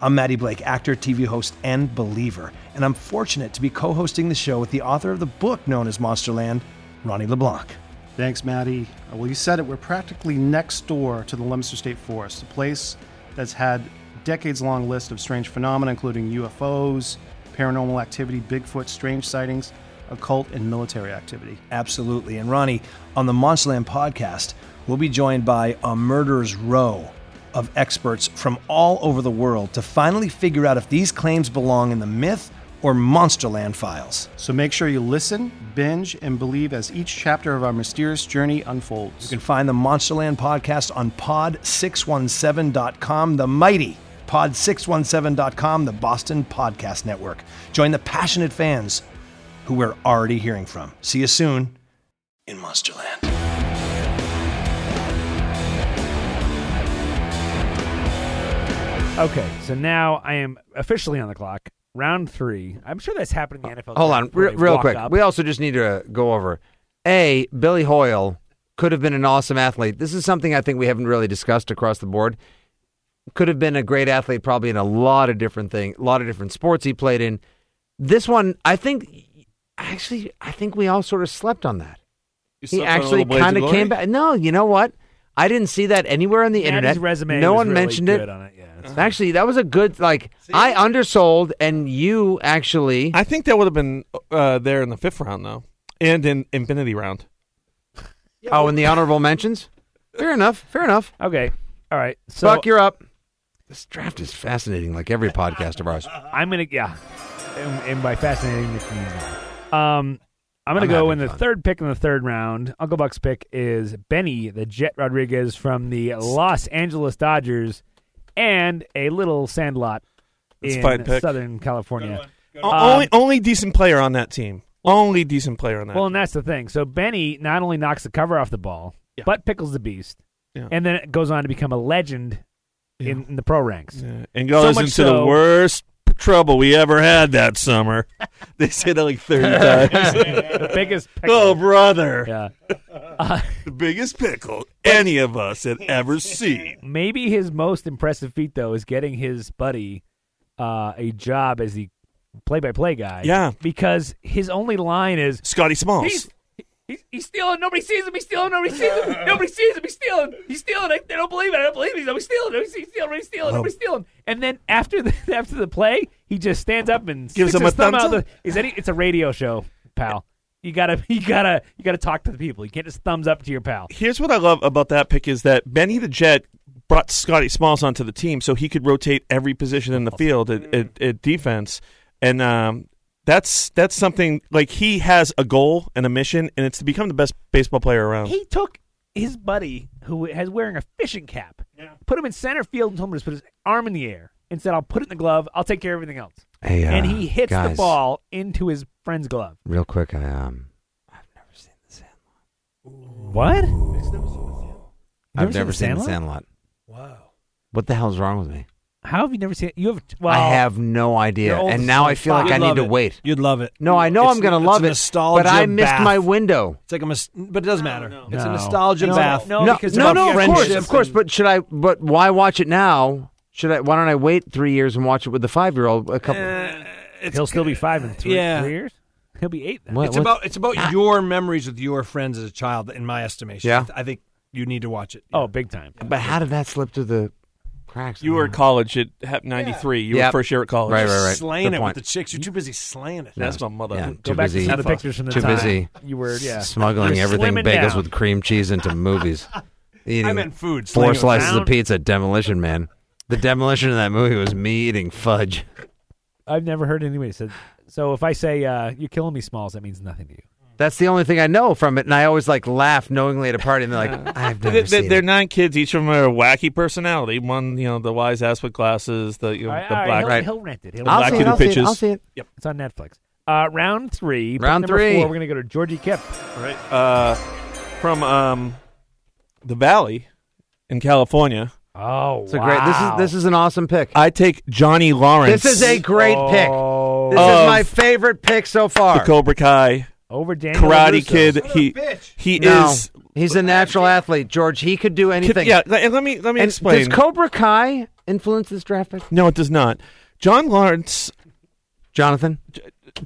Speaker 14: I'm Maddie Blake, actor, TV host, and believer, and I'm fortunate to be co hosting the show with the author of the book known as Monsterland, Ronnie LeBlanc.
Speaker 15: Thanks, Maddie. Uh, Well, you said it. We're practically next door to the Leominster State Forest, a place that's had decades-long list of strange phenomena, including UFOs, paranormal activity, Bigfoot, strange sightings, occult, and military activity.
Speaker 14: Absolutely. And Ronnie, on the Monsterland podcast, we'll be joined by a murderer's row of experts from all over the world to finally figure out if these claims belong in the myth or Monsterland files.
Speaker 15: So make sure you listen, binge, and believe as each chapter of our mysterious journey unfolds.
Speaker 14: You can find the Monsterland podcast on pod617.com, the mighty pod617.com, the Boston Podcast Network. Join the passionate fans who we're already hearing from. See you soon in Monsterland.
Speaker 7: Okay, so now I am officially on the clock. Round three. I'm sure that's happened in the NFL.
Speaker 8: Hold on,
Speaker 7: where
Speaker 8: re-
Speaker 7: they
Speaker 8: real
Speaker 7: walk
Speaker 8: quick.
Speaker 7: up.
Speaker 8: We also just need to go over. A. Billy Hoyle could have been an awesome athlete. This is something I think we haven't really discussed across the board. Could have been a great athlete, probably in a lot of different things, a lot of different sports he played in. This one, I think, actually, I think we all sort of slept on that. He
Speaker 10: You slept on a
Speaker 8: actually
Speaker 10: little Blades of
Speaker 8: kind of
Speaker 10: Glory?
Speaker 8: came back. No, you know what? I didn't see that anywhere on the
Speaker 7: Maddie's
Speaker 8: internet.
Speaker 7: resume
Speaker 8: no
Speaker 7: was
Speaker 8: one
Speaker 7: really
Speaker 8: mentioned
Speaker 7: good
Speaker 8: it.
Speaker 7: on it, yeah.
Speaker 8: Actually, that was a good like. I undersold, and you actually.
Speaker 10: I think that would have been uh, there in the fifth round though, and in Infinity round.
Speaker 8: Oh, and the honorable mentions. Fair enough. Fair enough.
Speaker 7: Okay. All right. So
Speaker 8: Buck, you're up. This draft is fascinating, like every podcast of ours.
Speaker 7: I'm gonna yeah, and, and by fascinating the community. Um, I'm gonna
Speaker 8: I'm
Speaker 7: go
Speaker 8: having
Speaker 7: in the
Speaker 8: fun.
Speaker 7: third pick in the third round. Uncle Buck's pick is Benny the Jet Rodriguez from the Los Angeles Dodgers, and a little Sandlot
Speaker 10: That's a
Speaker 7: in
Speaker 10: fine pick.
Speaker 7: Southern California.
Speaker 10: O-
Speaker 7: Um,
Speaker 10: only only decent player on that team. Only decent player on that.
Speaker 7: well, and that's the thing. So Benny not only knocks the cover off the ball, but pickles the beast,
Speaker 10: Yeah.
Speaker 7: and then it goes on to become a legend in, in the pro ranks.
Speaker 10: Yeah, and goes
Speaker 7: So much
Speaker 10: into
Speaker 7: so-
Speaker 10: the worst trouble we ever had that summer. they said that like thirty times.
Speaker 7: the biggest pickle.
Speaker 10: oh brother,
Speaker 7: Yeah. Uh,
Speaker 10: the biggest pickle any of us had ever seen.
Speaker 7: Maybe his most impressive feat, though, is getting his buddy uh, a job as the play-by-play guy.
Speaker 10: Yeah.
Speaker 7: because his only line is
Speaker 10: Scotty Smalls.
Speaker 7: he's he's, he's stealing. Nobody sees him. He's stealing. Nobody sees him. Nobody sees him. He's stealing. He's stealing. I, they don't believe it. I don't believe it. He's always stealing. Nobody's he's stealing. Nobody's stealing.
Speaker 10: Oh.
Speaker 7: Nobody's stealing. And then after the after the play, he just stands up and
Speaker 10: Gives
Speaker 7: sticks
Speaker 10: him
Speaker 7: his
Speaker 10: a
Speaker 7: thumb out. The,
Speaker 10: thumbs
Speaker 7: is any? It's a radio show, pal. You gotta, you gotta, you gotta talk to the people. You can't just thumbs up to your pal.
Speaker 10: Here's what I love about that pick is that Benny the Jet brought Scotty Smalls onto the team so he could rotate every position in the field at, at, at defense, and um, that's that's something like he has a goal and a mission, and it's to become the best baseball player around.
Speaker 7: he took his buddy who has wearing a fishing cap, put him in center field and told him to just put his arm in the air and said, "I'll put it in the glove. I'll take care of everything else."
Speaker 8: Hey, uh,
Speaker 7: and he hits the
Speaker 8: guys.
Speaker 7: ball into his friend's glove.
Speaker 8: Real quick, I um,
Speaker 7: What?
Speaker 8: I've never seen The Sandlot.
Speaker 9: Wow.
Speaker 8: What the hell's wrong with me?
Speaker 7: How have you never seen it? You have. Well,
Speaker 8: I have no idea,
Speaker 7: You're old
Speaker 8: and
Speaker 7: as
Speaker 8: now
Speaker 7: fuck.
Speaker 8: I feel like
Speaker 7: You'd
Speaker 8: I need
Speaker 9: love
Speaker 8: to
Speaker 9: it.
Speaker 8: wait.
Speaker 9: You'd love it.
Speaker 8: No, I know
Speaker 9: It's-
Speaker 8: I'm gonna
Speaker 9: it's
Speaker 8: love
Speaker 9: a
Speaker 8: it,
Speaker 9: nostalgia
Speaker 8: but I missed
Speaker 9: bath.
Speaker 8: my window.
Speaker 9: It's like a mis- but it doesn't matter. It's a
Speaker 7: No.
Speaker 9: nostalgia
Speaker 7: No,
Speaker 9: bath.
Speaker 7: no,
Speaker 8: no,
Speaker 7: because
Speaker 8: no,
Speaker 7: of
Speaker 8: no, of
Speaker 7: friendships
Speaker 8: course, of course. But should I? But why watch it now? Should I? Why don't I wait three years and watch it with the five-year-old? A couple.
Speaker 7: he'll still be five in three,
Speaker 9: Yeah.
Speaker 7: three years. He'll be eight. Then.
Speaker 8: What-
Speaker 9: It's
Speaker 8: what's-
Speaker 9: about it's about your memories with your friends as a child. In my estimation,
Speaker 8: Yeah.
Speaker 9: I think you need to watch it.
Speaker 7: Oh, big time.
Speaker 8: But how did that slip through the cracks?
Speaker 10: You were at college at '93. You
Speaker 8: Yep.
Speaker 10: were first year at college.
Speaker 8: Right, right, right.
Speaker 9: Slaying
Speaker 8: Good
Speaker 9: it
Speaker 8: point.
Speaker 9: with the chicks. You're too busy slaying it.
Speaker 10: That's my mother.
Speaker 8: Yeah,
Speaker 7: Go
Speaker 8: too
Speaker 7: back
Speaker 8: busy.
Speaker 7: to some of the pictures from the
Speaker 8: too
Speaker 7: time.
Speaker 8: busy.
Speaker 7: You were yeah.
Speaker 8: smuggling
Speaker 7: You're
Speaker 8: everything
Speaker 7: slimming
Speaker 8: bagels
Speaker 7: down.
Speaker 8: with cream cheese into movies. Eating
Speaker 9: I meant food.
Speaker 8: four
Speaker 9: slaying it with
Speaker 8: slices
Speaker 9: food.
Speaker 8: of pizza, Demolition Man. The demolition in that movie was me eating fudge.
Speaker 7: I've never heard anybody said. So if I say uh, you're killing me, Smalls, that means nothing to you.
Speaker 8: That's the only thing I know from it, and I always like laugh knowingly at a party, and they're like, "I've never
Speaker 10: They-
Speaker 8: seen
Speaker 10: they, are nine kids. Each of them are a wacky personality. One, you know, the wise ass with glasses. The, you know,
Speaker 7: All right,
Speaker 10: the
Speaker 7: all right,
Speaker 10: black.
Speaker 7: he'll- he'll rent it. He'll
Speaker 10: the
Speaker 7: rent
Speaker 10: black
Speaker 7: it.
Speaker 10: kid who
Speaker 7: I'll see it,
Speaker 10: pitches.
Speaker 7: I'll see it.
Speaker 10: Yep.
Speaker 7: It's on Netflix. Uh, round three. pick
Speaker 10: Round
Speaker 7: number
Speaker 10: three.
Speaker 7: Four, we're gonna go to Georgie Kip.
Speaker 10: All right. Uh, from um, the Valley in California.
Speaker 7: Oh,
Speaker 8: It's a great. This is this is an awesome pick.
Speaker 10: I take Johnny Lawrence.
Speaker 8: This is a great pick. This is
Speaker 10: Oh. Of
Speaker 8: my favorite pick so far.
Speaker 10: The Cobra Kai.
Speaker 7: Over Daniel
Speaker 10: Karate
Speaker 8: Larusso.
Speaker 10: Kid. He he
Speaker 8: No,
Speaker 10: is.
Speaker 8: He's a natural athlete, George. He could do anything.
Speaker 10: yeah, le- and let me- let me
Speaker 8: And
Speaker 10: explain.
Speaker 8: Does Cobra Kai influence this draft pick?
Speaker 10: No, it does not. John Lawrence.
Speaker 8: Jonathan.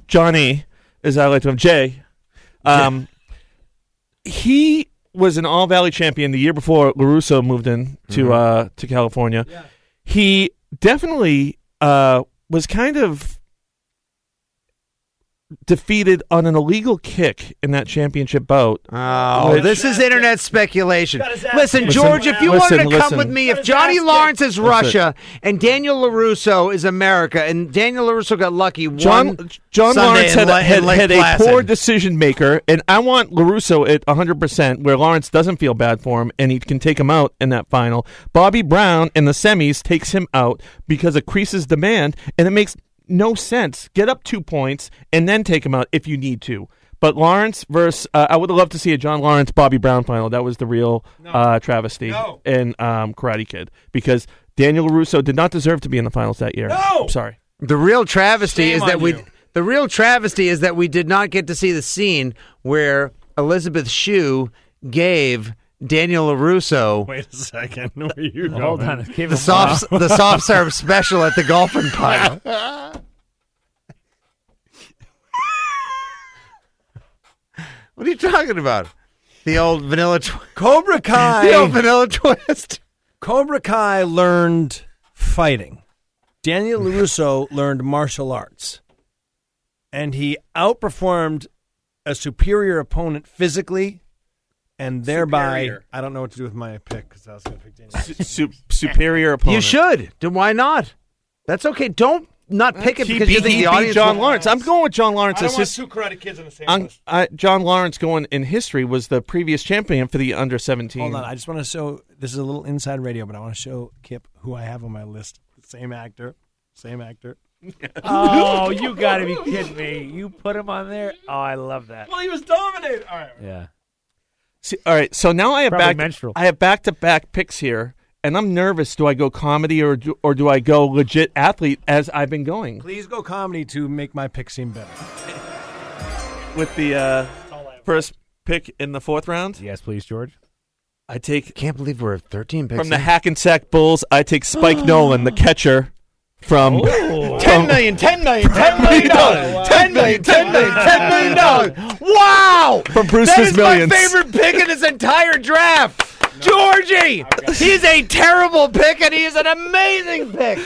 Speaker 10: Johnny, as I like to him, Jay. Um, he was an All Valley champion the year before Larusso moved in to uh, to California. He definitely uh, was kind of defeated on an illegal kick in that championship bout.
Speaker 8: Oh, this is internet speculation. Listen,
Speaker 10: Listen,
Speaker 8: George, if you wanted to
Speaker 10: listen,
Speaker 8: come
Speaker 10: listen.
Speaker 8: with me, if
Speaker 10: Got his
Speaker 8: Johnny
Speaker 10: ass
Speaker 8: Lawrence
Speaker 10: kicked.
Speaker 8: is
Speaker 10: That's it.
Speaker 8: Russia and Daniel LaRusso is America, and Daniel LaRusso got lucky
Speaker 10: John
Speaker 8: one
Speaker 10: John
Speaker 8: Sunday
Speaker 10: Lawrence
Speaker 8: in
Speaker 10: had,
Speaker 8: La-
Speaker 10: a-
Speaker 8: in
Speaker 10: had,
Speaker 8: Lake
Speaker 10: had a
Speaker 8: Placid.
Speaker 10: poor decision maker, and I want Larusso at 100 percent, where Lawrence doesn't feel bad for him, and he can take him out in that final. Bobby Brown in the semis takes him out because of Crease's demand, and it makes no sense. Get up two points and then take him out if you need to. But Lawrence versus uh, I would love to see a John Lawrence Bobby Brown final. That was the real uh, travesty in um, Karate Kid because Daniel Russo did not deserve to be in the finals that year. No, I'm sorry.
Speaker 8: The real travesty
Speaker 10: Shame
Speaker 8: is that
Speaker 10: on
Speaker 8: we
Speaker 10: you.
Speaker 8: the real travesty is that we did not get to see the scene where Elizabeth Shue gave Daniel LaRusso
Speaker 9: Wait a second. Where are you going?
Speaker 7: Hold on. Give
Speaker 8: the
Speaker 7: him
Speaker 8: soft
Speaker 7: one.
Speaker 8: the soft serve special at the golfing pile. what are you talking about? The old vanilla twist.
Speaker 16: Cobra Kai.
Speaker 8: the old vanilla twist.
Speaker 16: Cobra Kai learned fighting. Daniel LaRusso learned martial arts. And he outperformed a superior opponent physically and thereby
Speaker 6: Superior.
Speaker 16: I don't know what to do with my pick cuz I was going to pick Daniel.
Speaker 10: superior opponent.
Speaker 8: You should. Then why not? That's okay. Don't not pick it
Speaker 10: He
Speaker 8: because
Speaker 10: beat-
Speaker 8: you think the
Speaker 10: he beat
Speaker 8: audience
Speaker 10: John
Speaker 8: will-
Speaker 10: Lawrence. I'm going with John Lawrence. as his-
Speaker 16: karate kids in the same
Speaker 10: I'm- I- John Lawrence going in history was the previous champion for the under 17.
Speaker 16: Hold on, I just want to show this is a little inside radio, but I want to show Kip who I have on my list. Same actor, same actor.
Speaker 7: oh, you gotta be kidding me! You put him on there. Oh, I love that.
Speaker 16: Well, he was dominated. All right.
Speaker 7: Yeah.
Speaker 10: See, all right, so now I have
Speaker 7: Probably
Speaker 10: back
Speaker 7: menstrual.
Speaker 10: I have back to back picks here, and I'm nervous. Do I go comedy or do, or do I go legit athlete as I've been going
Speaker 16: Please go comedy to make my pick seem better.
Speaker 10: with the uh, first pick in the fourth round?
Speaker 7: Yes, please, George.
Speaker 10: I take
Speaker 8: Can't believe we're 13 picks
Speaker 10: from the
Speaker 8: in.
Speaker 10: Hackensack Bulls. I take Spike Nolan, the catcher from.
Speaker 8: Ten million, ten million, ten million dollars, ten million, ten million, ten million dollars. Wow!
Speaker 10: From
Speaker 8: that
Speaker 10: Brewster's
Speaker 8: is
Speaker 10: Millions.
Speaker 8: my favorite pick in this entire draft. Georgie, he's a terrible pick, and he is an amazing pick.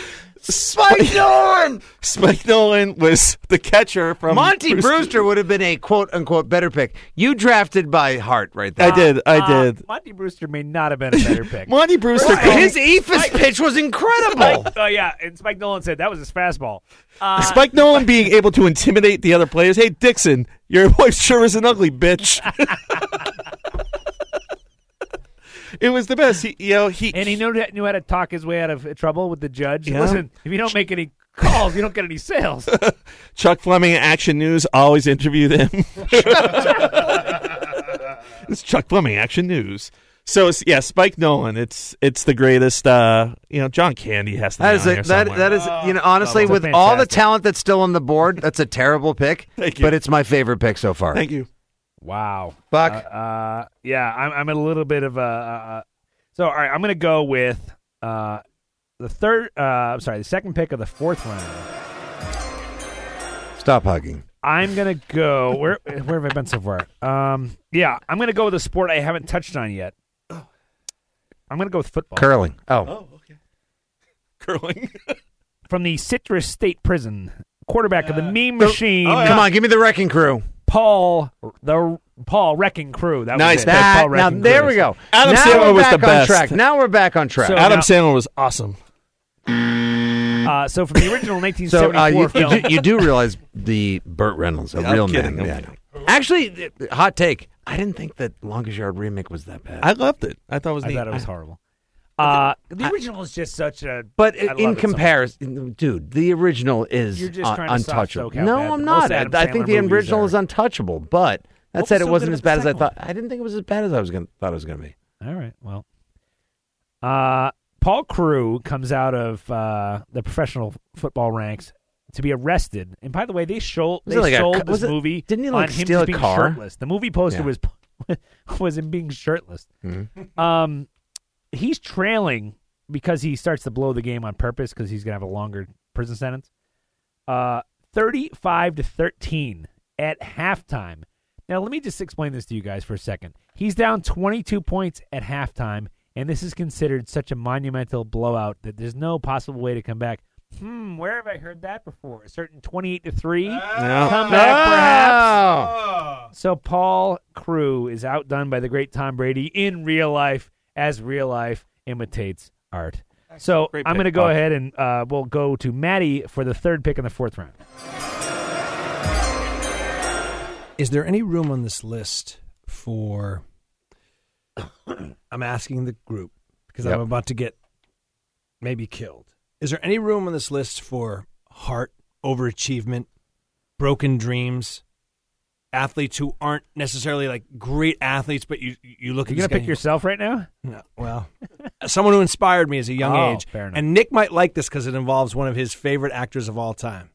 Speaker 8: Spike Norm,
Speaker 10: Spike Nolan was the catcher from
Speaker 8: Monty
Speaker 10: Um, Brewster.
Speaker 8: Brewster would have been a quote unquote better pick. You drafted by heart, right there.
Speaker 10: I did. I did.
Speaker 7: Monty Brewster may not have been a better pick.
Speaker 10: Monty Brewster.
Speaker 7: Right.
Speaker 10: called-
Speaker 8: His e- Ephus pitch was incredible.
Speaker 7: Spike- oh yeah, and Spike Nolan said that was his fastball. Uh,
Speaker 10: Spike Nolan being able to intimidate the other players. Hey, Dixon, your wife sure is an ugly bitch. it was the best. He, you know, he.
Speaker 7: and he knew that, knew how to talk his way out of trouble with the judge.
Speaker 10: Yeah.
Speaker 7: Listen, if you don't make any calls, you don't get any sales.
Speaker 10: Chuck Fleming, at Action News, always interviewed him. it's Chuck Fleming, Action News. So it's, yeah, Spike Nolan. It's it's the greatest. Uh, you know, John Candy has to
Speaker 8: That
Speaker 10: be
Speaker 8: is
Speaker 10: on
Speaker 8: a,
Speaker 10: here
Speaker 8: that
Speaker 10: somewhere.
Speaker 8: that is you know honestly
Speaker 10: That's
Speaker 8: with all the
Speaker 10: fantastic.
Speaker 8: talent that's still on the board, that's a terrible pick.
Speaker 10: Thank you.
Speaker 8: But it's my favorite pick so far.
Speaker 10: Thank you.
Speaker 7: Wow,
Speaker 8: Buck.
Speaker 7: Uh, uh, yeah, I'm, I'm in a little bit of a. Uh, uh, so all right, I'm going to go with uh, the third. Uh, I'm sorry, the second pick of the fourth round.
Speaker 8: Stop hugging.
Speaker 7: I'm going to go. Where where have I been so far? Um, yeah, I'm going to go with a sport I haven't touched on yet. I'm going to go with football.
Speaker 8: Curling. Oh.
Speaker 10: okay. Curling.
Speaker 7: from the Citrus State Prison, quarterback of the meme
Speaker 10: Oh,
Speaker 7: machine.
Speaker 8: Come on, give me the wrecking crew.
Speaker 7: Paul the Paul Wrecking Crew. That was
Speaker 10: Nice
Speaker 7: it.
Speaker 10: pick,
Speaker 8: That-
Speaker 7: Paul
Speaker 8: now
Speaker 7: Wrecking
Speaker 8: there
Speaker 7: Crew.
Speaker 8: we go.
Speaker 10: Adam
Speaker 8: now
Speaker 10: Sandler
Speaker 8: we're
Speaker 10: was the
Speaker 8: back
Speaker 10: best.
Speaker 8: On track. Now we're back on track.
Speaker 7: So
Speaker 10: Adam
Speaker 7: now-
Speaker 10: Sandler was awesome.
Speaker 7: Uh, so from the original
Speaker 8: So
Speaker 7: 1974
Speaker 8: uh, you,
Speaker 7: film,
Speaker 8: you, do, you do realize the Burt Reynolds, a
Speaker 10: Yeah, I'm
Speaker 8: real
Speaker 10: kidding,
Speaker 8: man.
Speaker 10: I'm
Speaker 8: yeah.
Speaker 10: kidding.
Speaker 8: Actually, th- hot take. I didn't think that Longest Yard remake was that bad.
Speaker 9: I loved it. I thought it was
Speaker 8: I
Speaker 9: neat.
Speaker 8: thought it was
Speaker 7: horrible.
Speaker 8: Uh,
Speaker 17: The original is just such a.
Speaker 8: But
Speaker 17: I love
Speaker 8: in
Speaker 17: it so much.
Speaker 8: comparison, dude, the original is
Speaker 17: You're just
Speaker 8: un-
Speaker 17: trying to soft
Speaker 8: untouchable.
Speaker 17: soak how
Speaker 8: No,
Speaker 17: bad
Speaker 8: I'm
Speaker 17: the
Speaker 8: not.
Speaker 17: most
Speaker 8: I,
Speaker 17: Adam
Speaker 8: I think the
Speaker 17: Sandler movies
Speaker 8: original
Speaker 17: are.
Speaker 8: is untouchable. But that
Speaker 17: What
Speaker 8: said,
Speaker 17: was
Speaker 8: it
Speaker 17: so
Speaker 8: wasn't
Speaker 17: good
Speaker 8: as
Speaker 17: about
Speaker 8: bad
Speaker 17: the
Speaker 8: as I
Speaker 17: second one?
Speaker 8: thought. I didn't think it was as bad as I was gonna thought it was gonna be.
Speaker 7: All right. Well, uh, Paul Crew comes out of uh, the professional football ranks to be arrested. And by the way, they, shol-
Speaker 8: Was
Speaker 7: they
Speaker 8: it like a
Speaker 7: sold
Speaker 8: ca-
Speaker 7: this
Speaker 8: was it-
Speaker 7: movie
Speaker 8: didn't he,
Speaker 7: on
Speaker 8: like,
Speaker 7: him
Speaker 8: steal
Speaker 7: just
Speaker 8: a
Speaker 7: being
Speaker 8: car?
Speaker 7: shirtless. The movie poster
Speaker 8: Yeah.
Speaker 7: was was him being shirtless.
Speaker 8: Mhm.
Speaker 7: Um, he's trailing because he starts to blow the game on purpose because he's gonna have a longer prison sentence. Uh, thirty-five to thirteen at halftime. Now let me just explain this to you guys for a second. He's down twenty-two points at halftime, and this is considered such a monumental blowout that there's no possible way to come back. Hmm, where have I heard that before? A certain twenty-eight to three comeback,
Speaker 8: Oh.
Speaker 7: perhaps. So Paul Crew is outdone by the great Tom Brady in real life, as real life imitates art. So
Speaker 9: Great
Speaker 7: I'm
Speaker 9: pick,
Speaker 7: going to go
Speaker 9: Bob.
Speaker 7: ahead and uh, we'll go to Maddie for the third pick in the fourth round.
Speaker 10: Is there any room on this list for? I'm asking the group because
Speaker 9: Yep.
Speaker 10: I'm about to get maybe killed. Is there any room on this list for heart overachievement, broken dreams, athletes who aren't necessarily like great athletes, but you you look
Speaker 7: You're going
Speaker 10: at this
Speaker 7: to
Speaker 10: guy
Speaker 7: pick
Speaker 10: and-
Speaker 7: yourself right now?
Speaker 10: No. Well, someone who inspired me as a young
Speaker 7: Oh,
Speaker 10: age,
Speaker 7: fair enough.
Speaker 10: and Nick might like this because it involves one of his favorite actors of all time.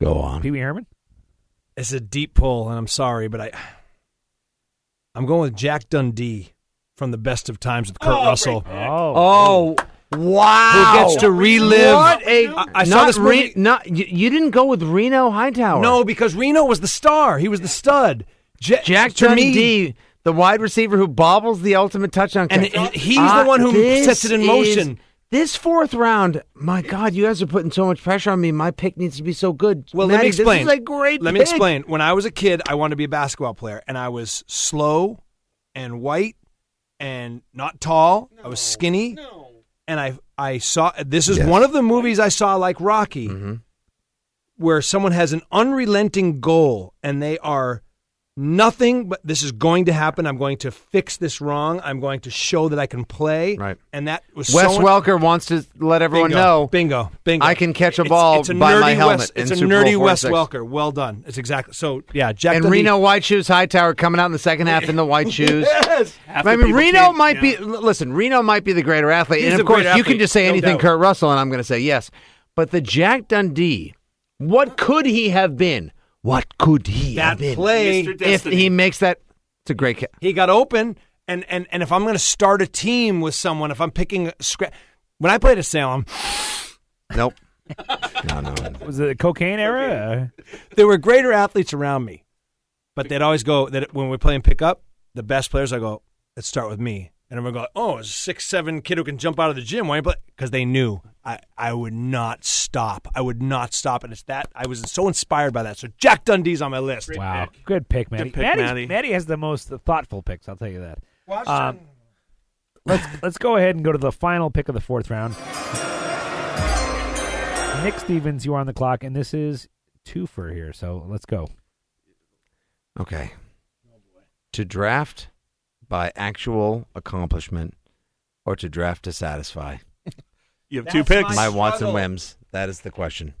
Speaker 9: Go on.
Speaker 7: Pee Wee Herman?
Speaker 10: It's a deep pull, and I'm sorry, but I I'm going with Jack Dundee from the Best of Times with Kurt Russell.
Speaker 8: Oh, wow!
Speaker 10: Who gets to relive-
Speaker 8: What a
Speaker 10: I- I saw
Speaker 8: not
Speaker 10: this
Speaker 8: Re-
Speaker 10: movie-
Speaker 8: not you, you didn't go with Reno Hightower.
Speaker 10: No, because Reno was the star. He was the stud. Ja-
Speaker 8: Jack
Speaker 10: to me-
Speaker 8: Dundee, the wide receiver who bobbles the ultimate touchdown,
Speaker 10: And-
Speaker 8: catch.
Speaker 10: and he's the one who
Speaker 8: this
Speaker 10: sets it in
Speaker 8: is-
Speaker 10: motion.
Speaker 8: This fourth round, my God, you guys are putting so much pressure on me. My pick needs to be so good.
Speaker 10: Well, let
Speaker 8: Maddie,
Speaker 10: me explain.
Speaker 8: This is a great.
Speaker 10: Let me
Speaker 8: pick.
Speaker 10: explain. When I was a kid, I wanted to be a basketball player, and I was slow and white and not tall. I was skinny. And I I saw this is
Speaker 9: Yes.
Speaker 10: one of the movies I saw like Rocky, where someone has an unrelenting goal and they are nothing but this is going to happen. I'm going to fix this wrong. I'm going to show that I can play. Right. And that was
Speaker 8: Wes
Speaker 10: so
Speaker 8: Welker wants to let everyone
Speaker 10: Bingo.
Speaker 8: know.
Speaker 10: Bingo. Bingo.
Speaker 8: I can catch a
Speaker 10: It's-
Speaker 8: ball
Speaker 10: it's a
Speaker 8: by my
Speaker 10: nerdy
Speaker 8: helmet.
Speaker 10: Wes-
Speaker 8: in
Speaker 10: it's a
Speaker 8: Super Bowl
Speaker 10: nerdy Wes
Speaker 8: 46.
Speaker 10: Welker. Well done. It's exactly so. Yeah, Jack
Speaker 8: and
Speaker 10: Dundee-
Speaker 8: Reno White Shoes Hightower coming out in the second half in the white shoes.
Speaker 10: Yes. Half the
Speaker 8: I mean,
Speaker 10: people
Speaker 8: Reno
Speaker 10: can't-
Speaker 8: might be. l- Listen, Reno might be the greater athlete,
Speaker 10: He's
Speaker 8: and
Speaker 10: the
Speaker 8: of course,
Speaker 10: greater
Speaker 8: you can
Speaker 10: athlete,
Speaker 8: just say
Speaker 10: no
Speaker 8: anything
Speaker 10: doubt.
Speaker 8: Kurt Russell, and I'm going to say yes. But the Jack Dundee, what could he have been? What could he
Speaker 10: That
Speaker 8: have been?
Speaker 10: play- Mr.
Speaker 8: if
Speaker 10: Destiny.
Speaker 8: he makes that, it's a great. Ca-
Speaker 10: He got open, and and and if I'm going to start a team with someone, if I'm picking a scra- when I played at Salem,
Speaker 8: nope,
Speaker 10: no, no,
Speaker 7: was it the cocaine era?
Speaker 10: there were greater athletes around me, but they'd always go that when we're playing pickup, the best players. I go, let's start with me, and I'm going to go, oh, it's a six seven kid who can jump out of the gym. Why? Because they knew I I would not stop. I would not stop, and it's that I was so inspired by that. So Jack Dundee's on my list.
Speaker 7: Wow. Good pick, Maddie.
Speaker 10: Good pick,
Speaker 7: Maddie's-
Speaker 10: Maddie.
Speaker 7: Maddie has the most thoughtful picks, I'll tell you that.
Speaker 10: Watch
Speaker 7: Um, let's let's go ahead and go to the final pick of the fourth round. Nick Stevens, you are on the clock, and this is two for here, so let's go.
Speaker 8: Okay. To draft by actual accomplishment or to draft to satisfy?
Speaker 9: You have two That's picks.
Speaker 8: My
Speaker 9: my
Speaker 8: wants and
Speaker 9: struggle.
Speaker 8: whims. That is the question.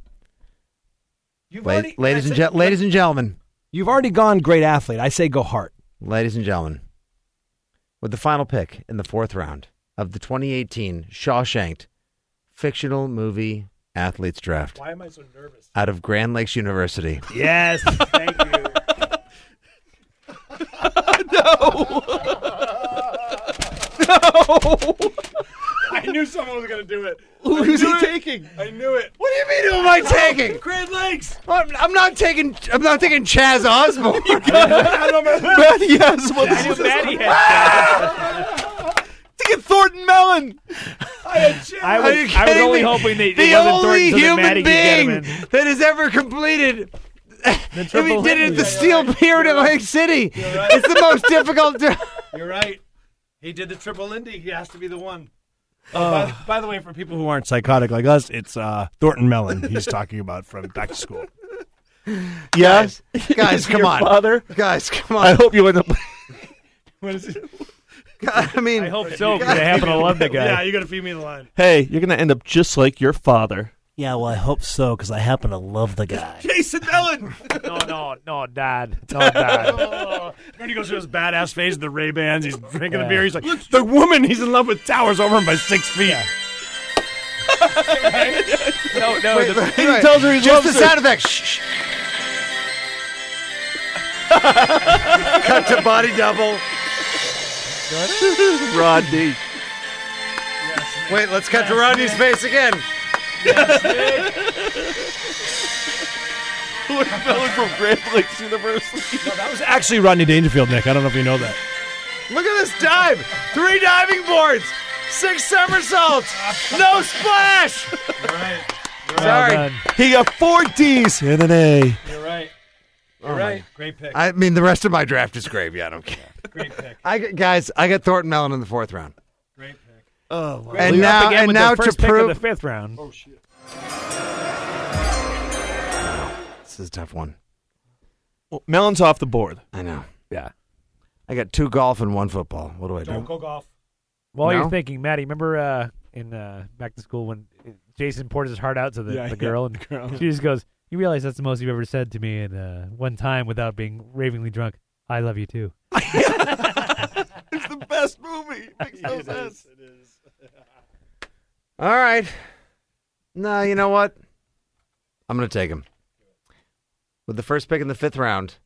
Speaker 10: You've
Speaker 8: La-
Speaker 10: already-
Speaker 8: ladies,
Speaker 10: I
Speaker 8: and
Speaker 10: said-
Speaker 8: gen- ladies and gentlemen.
Speaker 10: You've already gone great athlete. I say go heart.
Speaker 8: Ladies and gentlemen, with the final pick in the fourth round of the 2018 Shawshanked fictional movie athletes draft
Speaker 10: Why am I so nervous?
Speaker 8: out of Grand Lakes University.
Speaker 7: Yes, thank you.
Speaker 9: no.
Speaker 10: I knew someone was going to do it.
Speaker 9: Who's he
Speaker 10: taking? I knew it.
Speaker 8: What do you mean? Who am I taking?
Speaker 10: Grand Lakes.
Speaker 8: I'm, I'm not taking. I'm not taking Chaz Osborne.
Speaker 9: Maddie has one.
Speaker 8: I knew
Speaker 7: Maddie
Speaker 9: to get Thornton Mellon.
Speaker 10: I had Jim.
Speaker 9: I
Speaker 8: Are you
Speaker 9: was, I was
Speaker 8: kidding
Speaker 9: only
Speaker 8: me?
Speaker 9: hoping that
Speaker 8: the
Speaker 9: it wasn't
Speaker 8: only
Speaker 9: Thornton so that
Speaker 8: human
Speaker 9: Maddie could get him
Speaker 8: being that has ever completed. and we
Speaker 9: triple
Speaker 8: did it at
Speaker 9: header.
Speaker 8: the Steel Pier in Lake City. It's the most difficult. To-
Speaker 10: You're right. He did the triple Indy. He has to be the one.
Speaker 8: Uh,
Speaker 10: by, by the way, for people who aren't psychotic like us, it's uh, Thornton Mellon he's talking about from Back to School. Yes,
Speaker 8: Guys, come
Speaker 10: Your
Speaker 8: on.
Speaker 10: father.
Speaker 8: Guys, come on.
Speaker 10: I hope you end up.
Speaker 8: What is it? God, I mean,
Speaker 9: I hope
Speaker 8: so, 'cause I happen to love the guy. Yeah, you
Speaker 9: gotta feed me the line.
Speaker 10: Hey, you're gonna end up just like your father.
Speaker 18: Yeah, well, I hope so because I happen to love the guy.
Speaker 9: Jason Ellen. no,
Speaker 7: no, no, Dad, no, Dad.
Speaker 9: When Oh. he goes through his badass phase, the Ray Bans, he's drinking
Speaker 7: Yeah.
Speaker 9: the beer. He's like, the woman he's in love with towers over him by six feet.
Speaker 7: no, no.
Speaker 9: Wait,
Speaker 7: the-
Speaker 9: right, right. Just the sound
Speaker 8: effect. Shh. Cut to body double.
Speaker 10: Rodney.
Speaker 8: Wait, let's cut to Rodney's face again.
Speaker 10: We're falling from Grand Lakes University.
Speaker 9: That was actually Rodney Dangerfield, Nick. I don't know if you know that.
Speaker 8: Look at this dive. Three diving boards, six somersaults, no splash. Sorry.
Speaker 10: He got four D's and an A.
Speaker 9: You're right. You're
Speaker 8: Oh,
Speaker 9: right.
Speaker 8: my-
Speaker 9: Great pick.
Speaker 8: I mean, the rest of my draft is gravy. I don't care.
Speaker 9: Great pick.
Speaker 8: I got- guys, I got Thornton Mellon in the fourth round.
Speaker 9: Great pick.
Speaker 10: Oh,
Speaker 8: Well, And you're up now- again Uh, and with the now to first pick of prove- the
Speaker 7: fifth round.
Speaker 9: Oh shit.
Speaker 8: This is a tough one.
Speaker 10: Well, Mellon's off the board.
Speaker 8: I know. Yeah. I got two golf and one football. What do I
Speaker 9: Don't
Speaker 8: do?
Speaker 9: go golf.
Speaker 7: While
Speaker 8: No?
Speaker 7: you're thinking, Maddie, remember uh, in uh, back to school when Jason pours his heart out to the,
Speaker 9: Yeah, yeah,
Speaker 7: the girl, and
Speaker 9: the girl.
Speaker 7: she just goes, "You realize that's the most you've ever said to me in uh, one time without being ravingly drunk." I love you too.
Speaker 10: It's the best movie. Makes no sense.
Speaker 8: All right. No, you know what? I'm going to take him. With the first pick in the fifth round,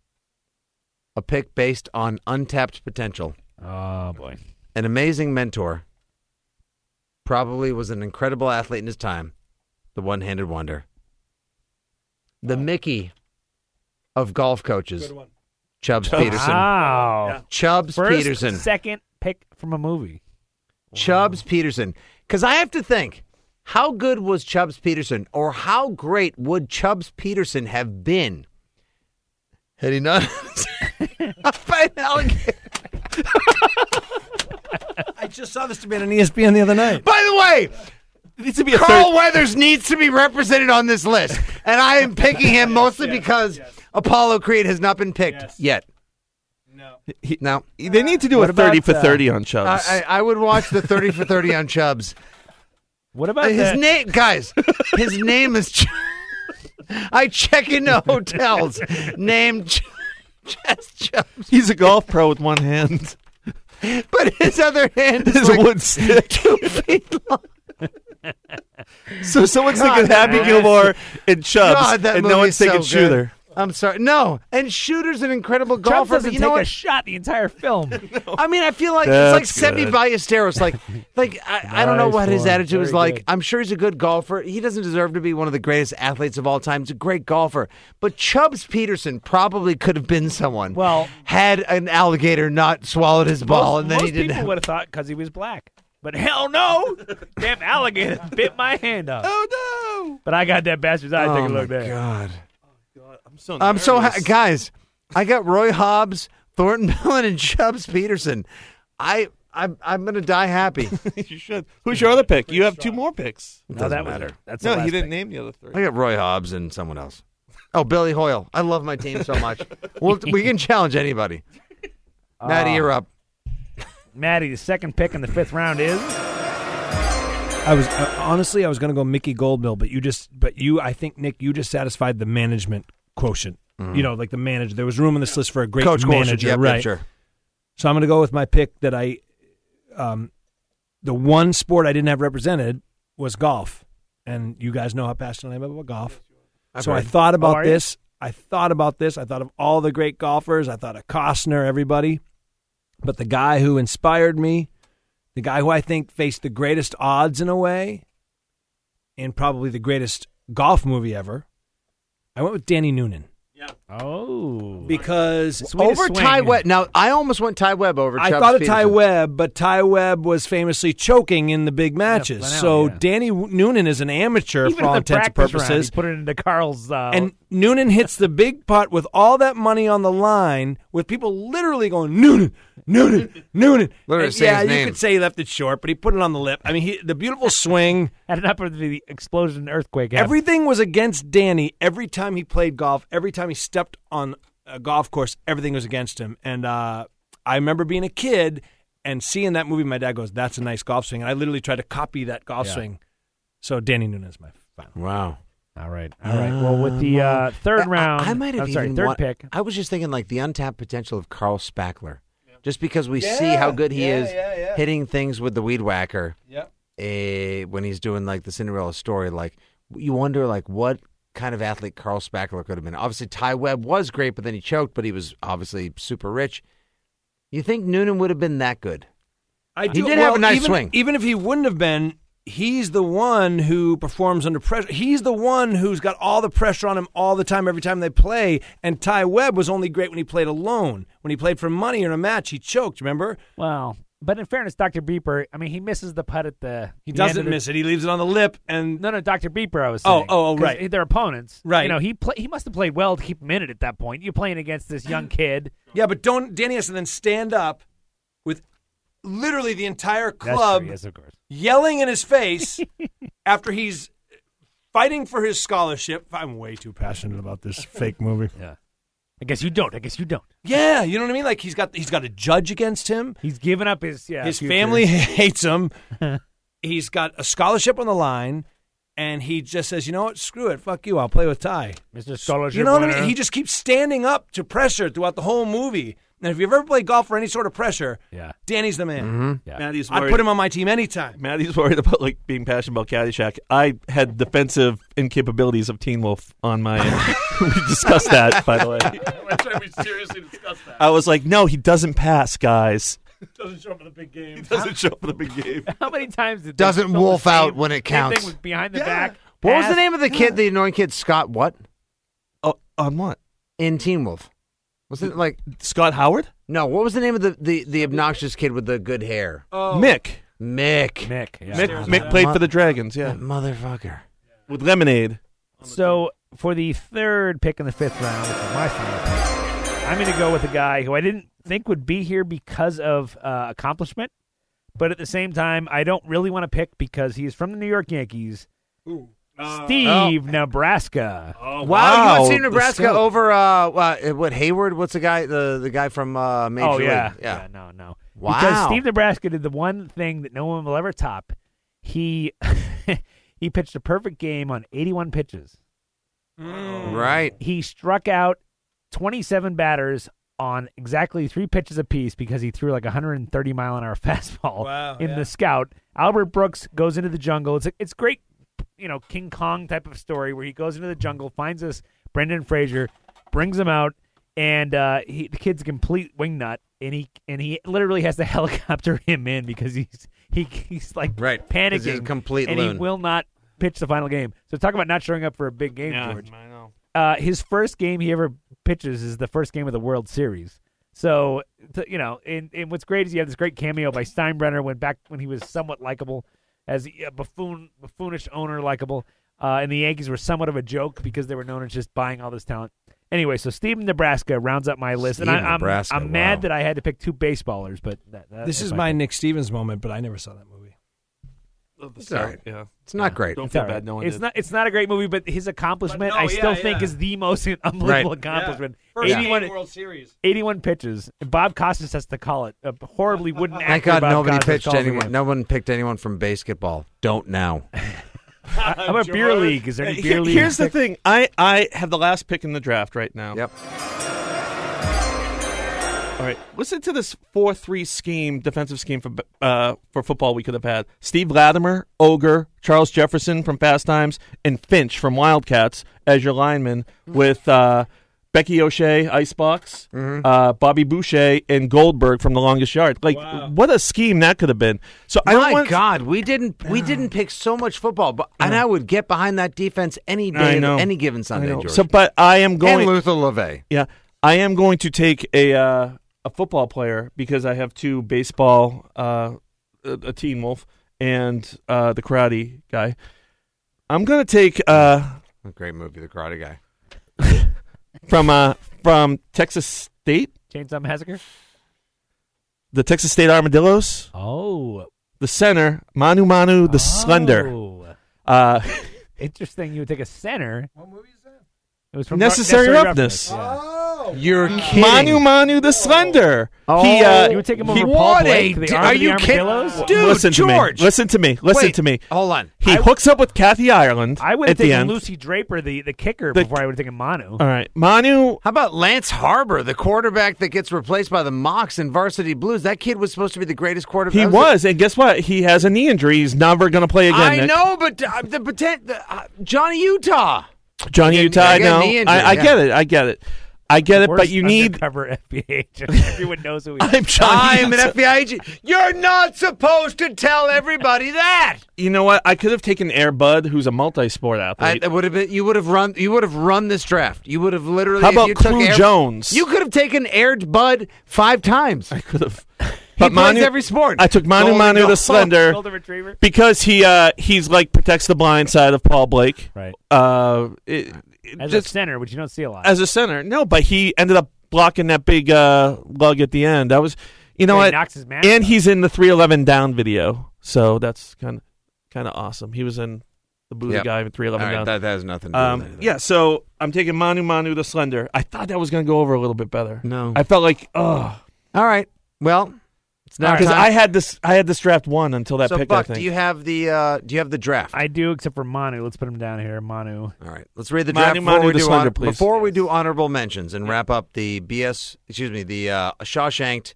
Speaker 8: a pick based on untapped potential.
Speaker 7: Oh boy.
Speaker 8: An amazing mentor. Probably was an incredible athlete in his time. The one handed wonder. The Mickey of golf coaches.
Speaker 7: Good one.
Speaker 8: Chubbs,
Speaker 7: Chubbs.
Speaker 8: Peterson.
Speaker 7: Wow. Yeah.
Speaker 8: Chubbs
Speaker 7: First,
Speaker 8: Peterson.
Speaker 7: second pick from a movie.
Speaker 8: Chubbs Peterson. Because I have to think, how good was Chubbs Peterson, or how great would Chubbs Peterson have been had he not been alligator?
Speaker 9: I just saw this debate on E ESPN the other night.
Speaker 8: By the way,
Speaker 9: needs to be a
Speaker 8: Carl
Speaker 9: third-
Speaker 8: Weathers needs to be represented on this list, and I am picking him mostly because Apollo Creed has not been picked yet.
Speaker 10: He-
Speaker 8: No.
Speaker 10: They need to do
Speaker 8: What
Speaker 10: a 30
Speaker 8: about,
Speaker 10: for
Speaker 8: uh,
Speaker 10: 30 on Chubbs.
Speaker 8: I, I, I would watch the thirty for thirty on Chubbs.
Speaker 7: What
Speaker 10: about
Speaker 8: Uh, his
Speaker 10: that-
Speaker 8: name, guys? His name is. Ch- I check into hotels named Ch- Chess Chubbs,
Speaker 10: He's a golf pro with one hand.
Speaker 8: but his other hand is
Speaker 10: It's a
Speaker 8: like
Speaker 10: wood stick.
Speaker 8: two feet long.
Speaker 10: So someone's thinking
Speaker 8: God,
Speaker 10: Happy
Speaker 8: man.
Speaker 10: Gilmore and Chubbs,
Speaker 8: God, that
Speaker 10: and no one's
Speaker 8: movie's
Speaker 10: thinking
Speaker 8: so good.
Speaker 10: Shooter.
Speaker 8: I'm sorry. No, and Shooter's an incredible golfer.
Speaker 7: doesn't
Speaker 8: but you
Speaker 7: take
Speaker 8: know
Speaker 7: a
Speaker 8: what?
Speaker 7: shot the entire film.
Speaker 8: I mean, I feel like it's
Speaker 7: That's
Speaker 8: like Semi
Speaker 7: good.
Speaker 8: Ballesteros. Like, like I, I don't know
Speaker 7: Nice
Speaker 8: what his
Speaker 7: one.
Speaker 8: attitude was
Speaker 7: Very
Speaker 8: like.
Speaker 7: good.
Speaker 8: I'm sure he's a good golfer. He doesn't deserve to be one of the greatest athletes of all time. He's a great golfer. But Chubbs Peterson probably could have been someone. Well, had an alligator not swallowed his ball,
Speaker 7: most,
Speaker 8: and then
Speaker 7: most
Speaker 8: he didn't.
Speaker 7: people
Speaker 8: Have,
Speaker 7: would have thought because he was black. But hell no! Damn alligator bit my hand off.
Speaker 10: Oh no!
Speaker 7: But I got that bastard's eye.
Speaker 8: oh
Speaker 7: Take a
Speaker 8: my
Speaker 7: look there.
Speaker 8: God.
Speaker 10: I'm so.
Speaker 8: I'm so ha-
Speaker 10: nervous.
Speaker 8: guys. I got Roy Hobbs, Thornton Mellon, and Chubbs Peterson. I. I'm, I'm gonna die happy.
Speaker 10: you should. Who's your other pick? You have two more picks.
Speaker 8: It No,
Speaker 7: Oh,
Speaker 8: doesn't that was- matter. that's the
Speaker 10: no.
Speaker 8: last
Speaker 10: He didn't
Speaker 8: pick.
Speaker 10: name the other three.
Speaker 8: I got Roy Hobbs and someone else. Oh, Billy Hoyle. I love my team so much. we'll, we can challenge anybody. Maddie,
Speaker 7: Ah.
Speaker 8: you're up.
Speaker 7: Maddie, the second pick in the fifth round is.
Speaker 9: I was uh, honestly, I was going to go Mickey Goldmill, but you just, but you, I think Nick, you just satisfied the management quotient.
Speaker 10: Mhm.
Speaker 9: You know, like the manager. There was room in this list for a great
Speaker 8: Mm-hmm. Coach quotient,
Speaker 9: manager,
Speaker 8: yep, yep,
Speaker 9: right?
Speaker 8: sure.
Speaker 9: So I'm going to go with my pick that I, um, the one sport I didn't have represented was golf, and you guys know how passionate I am about golf.
Speaker 10: I've
Speaker 9: so I
Speaker 10: heard.
Speaker 9: thought
Speaker 10: How
Speaker 9: about
Speaker 10: are you?
Speaker 9: this. I thought about this. I thought of all the great golfers. I thought of Costner, everybody, but the guy who inspired me, the guy who I think faced the greatest odds in a way, and probably the greatest golf movie ever. I went with Danny Noonan. Yeah.
Speaker 7: Oh,
Speaker 9: because
Speaker 8: over Ty Webb. Now I almost went Ty Webb over.
Speaker 9: I
Speaker 8: Travis
Speaker 9: thought of Ty
Speaker 8: Peterson.
Speaker 9: Webb, but Ty Webb was famously choking in the big matches.
Speaker 7: Flannel,
Speaker 9: so
Speaker 7: yeah.
Speaker 9: Danny W- Noonan is an amateur
Speaker 7: Even
Speaker 9: for all
Speaker 7: in the
Speaker 9: intents and
Speaker 7: practice round,
Speaker 9: purposes.
Speaker 7: he put it into Carl's. Uh,
Speaker 9: and Noonan hits the big putt with all that money on the line, with people literally going Noonan, Noonan, Noonan.
Speaker 7: Literally
Speaker 9: And
Speaker 7: saying
Speaker 9: yeah,
Speaker 7: his
Speaker 9: you
Speaker 7: name.
Speaker 9: could say he left it short, but he put it on the lip. I mean, he, the beautiful swing
Speaker 7: added up with the explosion, earthquake. happened.
Speaker 9: Everything was against Danny. Every time he played golf, every time he stepped on a golf course, everything was against him. And uh, I remember being a kid and seeing that movie. My dad goes, "That's a nice golf swing," and I literally tried to copy that golf
Speaker 7: Yeah.
Speaker 9: swing. So Danny Noonan is my final.
Speaker 8: Wow.
Speaker 7: All right. All right. Well, with the
Speaker 9: Um,
Speaker 7: uh, third round,
Speaker 8: I, I might have
Speaker 7: am sorry,
Speaker 8: even
Speaker 7: third
Speaker 8: wa-
Speaker 7: pick.
Speaker 8: I was just thinking like the untapped potential of Carl Spackler, just because we see how good he
Speaker 9: yeah,
Speaker 8: is
Speaker 9: yeah, yeah.
Speaker 8: hitting things with the weed whacker.
Speaker 9: Yep.
Speaker 8: eh, when he's doing like the Cinderella story, like you wonder like what kind of athlete Carl Spackler could have been. Obviously, Ty Webb was great, but then he choked. But he was obviously super rich. You think Noonan would have been that good?
Speaker 9: I
Speaker 8: He did have a nice
Speaker 9: even,
Speaker 8: swing.
Speaker 9: Even if he wouldn't have been, he's the one who performs under pressure. He's the one who's got all the pressure on him all the time, every time they play. And Ty Webb was only great when he played alone. When he played for money in a match, he choked. Remember?
Speaker 7: Well, but in fairness, Doctor Beeper, I mean, he misses the putt at the.
Speaker 9: He
Speaker 7: the end
Speaker 9: doesn't
Speaker 7: of the-
Speaker 9: miss it. He leaves it on the lip, and
Speaker 7: no, no, Doctor Beeper. I was
Speaker 9: Oh,
Speaker 7: saying.
Speaker 9: oh, oh,
Speaker 7: 'Cause
Speaker 9: right.
Speaker 7: Their opponents,
Speaker 9: Right.
Speaker 7: You know, he play, He must have played well to keep him in it at that point. You're playing against this young kid.
Speaker 9: Yeah, but don't Danny has to then stand up with literally the entire
Speaker 7: That's true,
Speaker 9: club
Speaker 7: yes, of course.
Speaker 9: yelling in his face after he's fighting for his scholarship. I'm way too passionate about this fake movie.
Speaker 7: Yeah. I guess you don't. I guess you don't.
Speaker 9: Yeah, you know what I mean? Like he's got he's got a judge against him.
Speaker 7: He's given up his yeah.
Speaker 9: his
Speaker 7: future.
Speaker 9: family hates him. he's got a scholarship on the line, and he just says, "You know what? Screw it. Fuck you. I'll play with Ty."
Speaker 7: Mr. Scholarship
Speaker 9: You know what I
Speaker 7: winner.
Speaker 9: mean? He just keeps standing up to pressure throughout the whole movie. And if you've ever played golf for any sort of pressure,
Speaker 7: yeah.
Speaker 9: Danny's the man.
Speaker 10: Mhm. Yeah. Matty's
Speaker 9: I
Speaker 10: worried-
Speaker 9: put him on my team anytime.
Speaker 10: Maddie's worried about like being passionate about Caddyshack. I had defensive incapabilities of Teen Wolf on my end. we discussed that, by the way.
Speaker 19: That's right, we seriously discussed that.
Speaker 10: I was like, no, he doesn't pass, guys.
Speaker 19: Doesn't show up in the big game.
Speaker 10: Doesn't show up in the big game.
Speaker 7: How many times did they
Speaker 8: Doesn't
Speaker 7: film the
Speaker 8: wolf
Speaker 7: same-
Speaker 8: out when
Speaker 7: same
Speaker 8: it
Speaker 7: thing
Speaker 8: counts.
Speaker 7: with behind the back?
Speaker 8: What was the
Speaker 7: pass?
Speaker 8: name of the kid, the annoying kid? Scott what?
Speaker 10: Oh, on what?
Speaker 8: In Teen Wolf. Wasn't it like
Speaker 10: Scott Howard?
Speaker 8: No. What was the name of the the, the obnoxious kid with the good hair?
Speaker 10: Oh. Mick.
Speaker 8: Mick.
Speaker 7: Mick. yeah.
Speaker 10: Mick, Mick played for the Dragons, yeah.
Speaker 8: motherfucker.
Speaker 10: With lemonade.
Speaker 7: So for the third pick in the fifth round, which is my final pick, I'm going to go with a guy who I didn't think would be here because of uh, accomplishment, but at the same time, I don't really want to pick because he is from the New York Yankees. Steve,
Speaker 8: Oh.
Speaker 7: Nebraska.
Speaker 8: Wow, you would see
Speaker 7: The
Speaker 8: Nebraska
Speaker 7: scout.
Speaker 8: over uh, uh what Hayward? What's the guy? The the guy from uh, Major
Speaker 7: oh
Speaker 8: League?
Speaker 7: yeah.
Speaker 8: yeah,
Speaker 7: no, no.
Speaker 8: Wow,
Speaker 7: Because Steve Nebraska did the one thing that no one will ever top. He he pitched a perfect game on 81 pitches.
Speaker 8: Right.
Speaker 7: He struck out 27 batters on exactly three pitches apiece because he threw like a 130 mile an hour fastball
Speaker 9: Wow,
Speaker 7: in
Speaker 9: yeah.
Speaker 7: the scout. Albert Brooks goes into the jungle. It's a, it's great, you know, King Kong type of story where he goes into the jungle, finds this Brendan Fraser, brings him out, and uh, he, the kid's a complete wing nut, and he and he literally has to helicopter him in because he's he, he's like
Speaker 8: Right, 'cause
Speaker 7: panicking,
Speaker 8: he's a complete
Speaker 7: and
Speaker 8: loon.
Speaker 7: he will not pitch the final game. So talk about not showing up for a big game,
Speaker 10: Yeah,
Speaker 7: George. Uh, his first game he ever pitches is the first game of the World Series. So t- you know, and, and what's great is you have this great cameo by Steinbrenner when back when he was somewhat likable, as a buffoon, buffoonish owner likable, uh, and the Yankees were somewhat of a joke because they were known as just buying all this talent. Anyway, so Steve Nebraska rounds up my list, and
Speaker 9: Steve
Speaker 7: I, I'm
Speaker 9: Nebraska,
Speaker 7: I'm
Speaker 9: wow.
Speaker 7: mad that I had to pick two baseballers, but that, that
Speaker 9: This is
Speaker 7: my
Speaker 9: my Nick Stevens moment, but I never saw that movie.
Speaker 7: It's all right.
Speaker 10: Yeah.
Speaker 8: It's not great.
Speaker 10: Don't
Speaker 7: It's
Speaker 10: feel
Speaker 7: all right.
Speaker 10: bad. No one
Speaker 7: it's
Speaker 10: did.
Speaker 7: not. It's not a great movie, but his accomplishment,
Speaker 9: But no,
Speaker 7: I still
Speaker 9: yeah,
Speaker 7: think,
Speaker 9: yeah.
Speaker 7: is the most unbelievable
Speaker 9: Right.
Speaker 7: accomplishment.
Speaker 9: Yeah. First game
Speaker 7: 81
Speaker 9: World Series.
Speaker 7: 81 pitches. And Bob Costas has to call it. A horribly wooden.
Speaker 8: Thank
Speaker 7: actor
Speaker 8: God
Speaker 7: Bob
Speaker 8: nobody
Speaker 7: Costas
Speaker 8: pitched
Speaker 7: calls the
Speaker 8: anyone.
Speaker 7: game.
Speaker 8: No one picked anyone from basketball. Don't now.
Speaker 7: How about beer league? Is there any beer
Speaker 10: Here-
Speaker 7: league?
Speaker 10: Here's the thing. I, I have the last pick in the draft right now.
Speaker 8: Yep.
Speaker 10: All right. Listen to this four-three scheme, defensive scheme for uh, for football. We could have had Steve Latimer, Ogre, Charles Mm-hmm. Jefferson from Fast Times, and Finch from Wildcats as your linemen with uh, Becky O'Shea, Icebox, uh, Bobby Boucher, and Goldberg from The Longest Yard. Like, what a scheme that could have been. So I
Speaker 8: My
Speaker 10: don't want.
Speaker 8: God, we didn't we didn't pick so much football, but and I would get behind that defense any
Speaker 10: I
Speaker 8: day,
Speaker 10: know.
Speaker 8: any
Speaker 10: I
Speaker 8: given Sunday.
Speaker 10: know.
Speaker 8: George.
Speaker 10: So, but I am going.
Speaker 8: and Luther Levay.
Speaker 10: Yeah, I am going to take a uh, a football player because I have two baseball, uh, a, a Teen Wolf and uh, the Karate guy. I'm gonna take uh,
Speaker 8: A great movie, The Karate Guy.
Speaker 10: from uh, from Texas State,
Speaker 7: Chainsaw Massacre.
Speaker 10: the Texas State Armadillos.
Speaker 7: Oh,
Speaker 10: the center Manu Manu the Slender. Uh,
Speaker 7: Interesting. You would take a center. What movie is that? It was from
Speaker 10: necessary
Speaker 7: Dark-
Speaker 10: roughness.
Speaker 9: Ah.
Speaker 7: Oh,
Speaker 8: you're
Speaker 10: Manu Manu the Slender.
Speaker 7: Oh.
Speaker 10: he, uh,
Speaker 7: You would take him over Paul Blake, the arm
Speaker 8: are
Speaker 7: of the
Speaker 8: you kidding?
Speaker 7: armadillos?
Speaker 8: Dude,
Speaker 10: listen
Speaker 8: George.
Speaker 10: to me. Listen to me. Listen
Speaker 8: Wait,
Speaker 10: to me.
Speaker 8: Hold on.
Speaker 10: He hooks up with Kathy Ireland.
Speaker 7: I would
Speaker 10: at
Speaker 7: have
Speaker 10: the
Speaker 7: taken
Speaker 10: end.
Speaker 7: Lucy Draper, the, the kicker,
Speaker 10: The- Uh,
Speaker 7: before I would have taken Manu.
Speaker 10: All right, Manu.
Speaker 8: How about Lance Harbor, the quarterback that gets replaced by the Mox in Varsity Blues? That kid was supposed to be the greatest quarterback.
Speaker 10: He
Speaker 8: that
Speaker 10: was, and guess what? He has a knee injury. He's never going to play again.
Speaker 8: I
Speaker 10: Nick.
Speaker 8: know, but uh, the pretend the, uh, Johnny Utah.
Speaker 10: Johnny
Speaker 8: Again,
Speaker 10: Utah. I
Speaker 8: again,
Speaker 10: know.
Speaker 8: knee injury,
Speaker 10: I, I
Speaker 8: yeah.
Speaker 10: get it. I get it. I get it. But
Speaker 7: Worst
Speaker 10: you need.
Speaker 7: undercover FBI agent. Everyone knows who he is.
Speaker 10: I'm Johnny
Speaker 8: I'm an
Speaker 10: Utah.
Speaker 8: FBI agent. You're not supposed to tell everybody that.
Speaker 10: You know what? I could have taken Air Bud, who's a multi-sport
Speaker 8: I,
Speaker 10: athlete.
Speaker 8: that would have been. You would have run. You would have run this draft. You would have literally.
Speaker 10: How
Speaker 8: if
Speaker 10: about
Speaker 8: you took
Speaker 10: Clue
Speaker 8: Air-
Speaker 10: Jones?
Speaker 8: You could have taken Air Bud five times. I
Speaker 10: could have.
Speaker 8: But he plays every sport. Oh,
Speaker 10: I took Manu
Speaker 8: Golden
Speaker 10: Manu
Speaker 8: Go-
Speaker 10: the Slender
Speaker 8: Golden Retriever.
Speaker 10: because he uh, he's like protects the blind side of Paul Blake.
Speaker 7: Right.
Speaker 10: Uh, it, it
Speaker 7: As
Speaker 10: just
Speaker 7: a center, which you don't see a lot.
Speaker 10: as a center. No, but he ended up blocking that big uh, lug at the end. That was, you know
Speaker 7: Yeah, he
Speaker 10: what?
Speaker 7: knocks his mask
Speaker 10: and he's in the 311 down video, so that's kind of kind of awesome. He was in the booty
Speaker 8: Yep.
Speaker 10: guy in 311
Speaker 8: All right,
Speaker 10: down.
Speaker 8: that- that has nothing to do with
Speaker 10: um,
Speaker 8: anything.
Speaker 10: Yeah, so I'm taking Manu Manu the Slender. I thought that was going to go over a little bit better.
Speaker 8: No,
Speaker 10: I felt like oh,
Speaker 8: All right. Well, it's now
Speaker 10: because
Speaker 8: time.
Speaker 10: I had this I had this draft one until that
Speaker 8: so
Speaker 10: pick.
Speaker 8: Buck,
Speaker 10: I think.
Speaker 8: do you have the uh, do you have the draft?
Speaker 7: I do, except for Manu. Let's put him down here. Manu.
Speaker 8: All right. Let's read the draft
Speaker 10: Manu,
Speaker 8: before,
Speaker 10: Manu,
Speaker 8: we,
Speaker 10: the
Speaker 8: do
Speaker 10: slender,
Speaker 8: hon-
Speaker 10: please.
Speaker 8: before we do honorable mentions and wrap up the BS. Excuse me, the uh, Shawshanked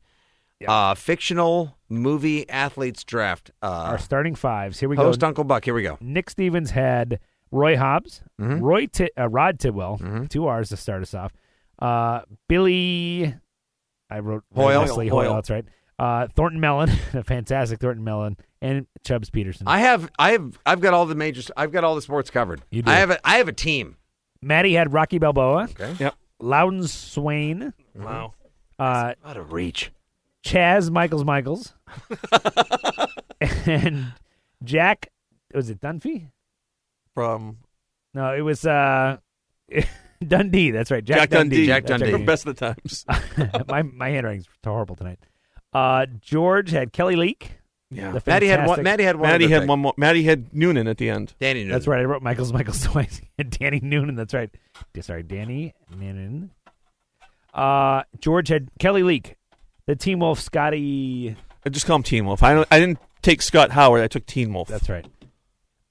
Speaker 8: uh, fictional movie athletes draft. Uh,
Speaker 7: Our starting fives. Here we go.
Speaker 8: host Uncle Buck. Here we go.
Speaker 7: Nick Stevens had Roy Hobbs,
Speaker 8: Mhm.
Speaker 7: Roy Ti- uh, Rod Tidwell, two R's to start us off. Uh, Billy, I wrote
Speaker 8: Hoyle.
Speaker 7: Leslie
Speaker 8: Hoyle.
Speaker 7: Hoyle. That's right. Uh, Thornton Mellon, a fantastic Thornton Mellon, and Chubbs Peterson.
Speaker 8: I have I have I've got all the majors. I've got all the sports covered.
Speaker 7: You do.
Speaker 8: I have a I have a team.
Speaker 7: Maddie had Rocky Balboa.
Speaker 8: Okay.
Speaker 10: Yep.
Speaker 7: Loudon Swain.
Speaker 10: Wow.
Speaker 7: Uh,
Speaker 8: Out of reach.
Speaker 7: Chaz Michaels Michaels. and Jack, was it Dunphy?
Speaker 10: from
Speaker 7: No, it was uh, Dundee. That's right. Jack, Dundee.
Speaker 10: Jack
Speaker 7: That's
Speaker 10: Dundee.
Speaker 7: right.
Speaker 10: From Best of the Times.
Speaker 7: my my handwriting's horrible tonight. Uh, George had Kelly Leak.
Speaker 10: Yeah.
Speaker 7: The
Speaker 8: Maddie had one.
Speaker 7: fantastic-
Speaker 8: Maddie had one.
Speaker 10: Maddie
Speaker 8: other
Speaker 10: had
Speaker 8: pick.
Speaker 10: one more. Maddie had Noonan at the end.
Speaker 8: Danny Noonan.
Speaker 7: That's right. I wrote Michael's Michael's twice. And Danny Noonan. That's right. Yeah, Sorry, Danny Noonan. Uh, George had Kelly Leak. The Team Wolf, Scotty.
Speaker 10: I just call him Teen Wolf. I don't, I didn't take Scott Howard. I took Teen Wolf.
Speaker 7: That's right.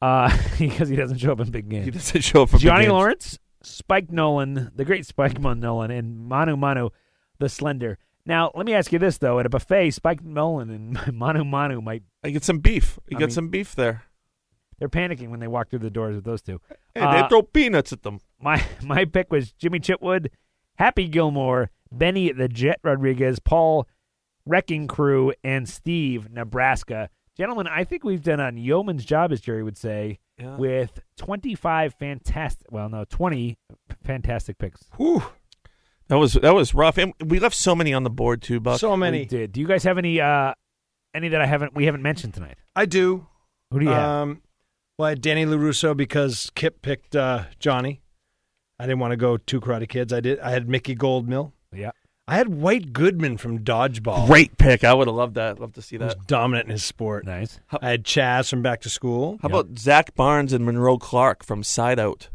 Speaker 7: Uh, because he doesn't show up in big games.
Speaker 10: He doesn't show up for big
Speaker 7: Johnny
Speaker 10: games.
Speaker 7: Lawrence, Spike Nolan, the great Spike Mon- Nolan, and Manu Manu, the Slender. Now, let me ask you this though: at a buffet, Spike Nolan and Manu Manu might.
Speaker 10: I get some beef. You
Speaker 7: I
Speaker 10: get
Speaker 7: mean-
Speaker 10: some beef there.
Speaker 7: They're panicking when they walk through the doors with those two.
Speaker 10: Hey,
Speaker 7: Uh,
Speaker 10: they throw peanuts at them.
Speaker 7: my my pick was Jimmy Chitwood, Happy Gilmore, Benny the Jet Rodriguez, Paul Wrecking Crew, and Steve Nebraska. Gentlemen, I think we've done a yeoman's job, as Jerry would say,
Speaker 10: Yeah.
Speaker 7: with 25 fantastic, well, no, 20 fantastic picks.
Speaker 10: Whew. That was that was rough, and we left so many on the board too, Buck.
Speaker 7: We did. Do you guys have any uh any that I haven't we haven't mentioned tonight?
Speaker 11: I do.
Speaker 7: Who do you have?
Speaker 11: Um, well, I had Danny LaRusso because Kip picked uh, Johnny. I didn't want to go two Karate Kids. I did. I had Mickey Goldmill.
Speaker 7: Yeah.
Speaker 11: I had White Goodman from Dodgeball.
Speaker 10: Great pick. I would have loved that. Love to see
Speaker 11: He was
Speaker 10: that.
Speaker 11: dominant in his sport.
Speaker 7: Nice.
Speaker 11: I had Chaz from Back to School.
Speaker 10: How about Zach Barnes and Monroe Clark from Side Out?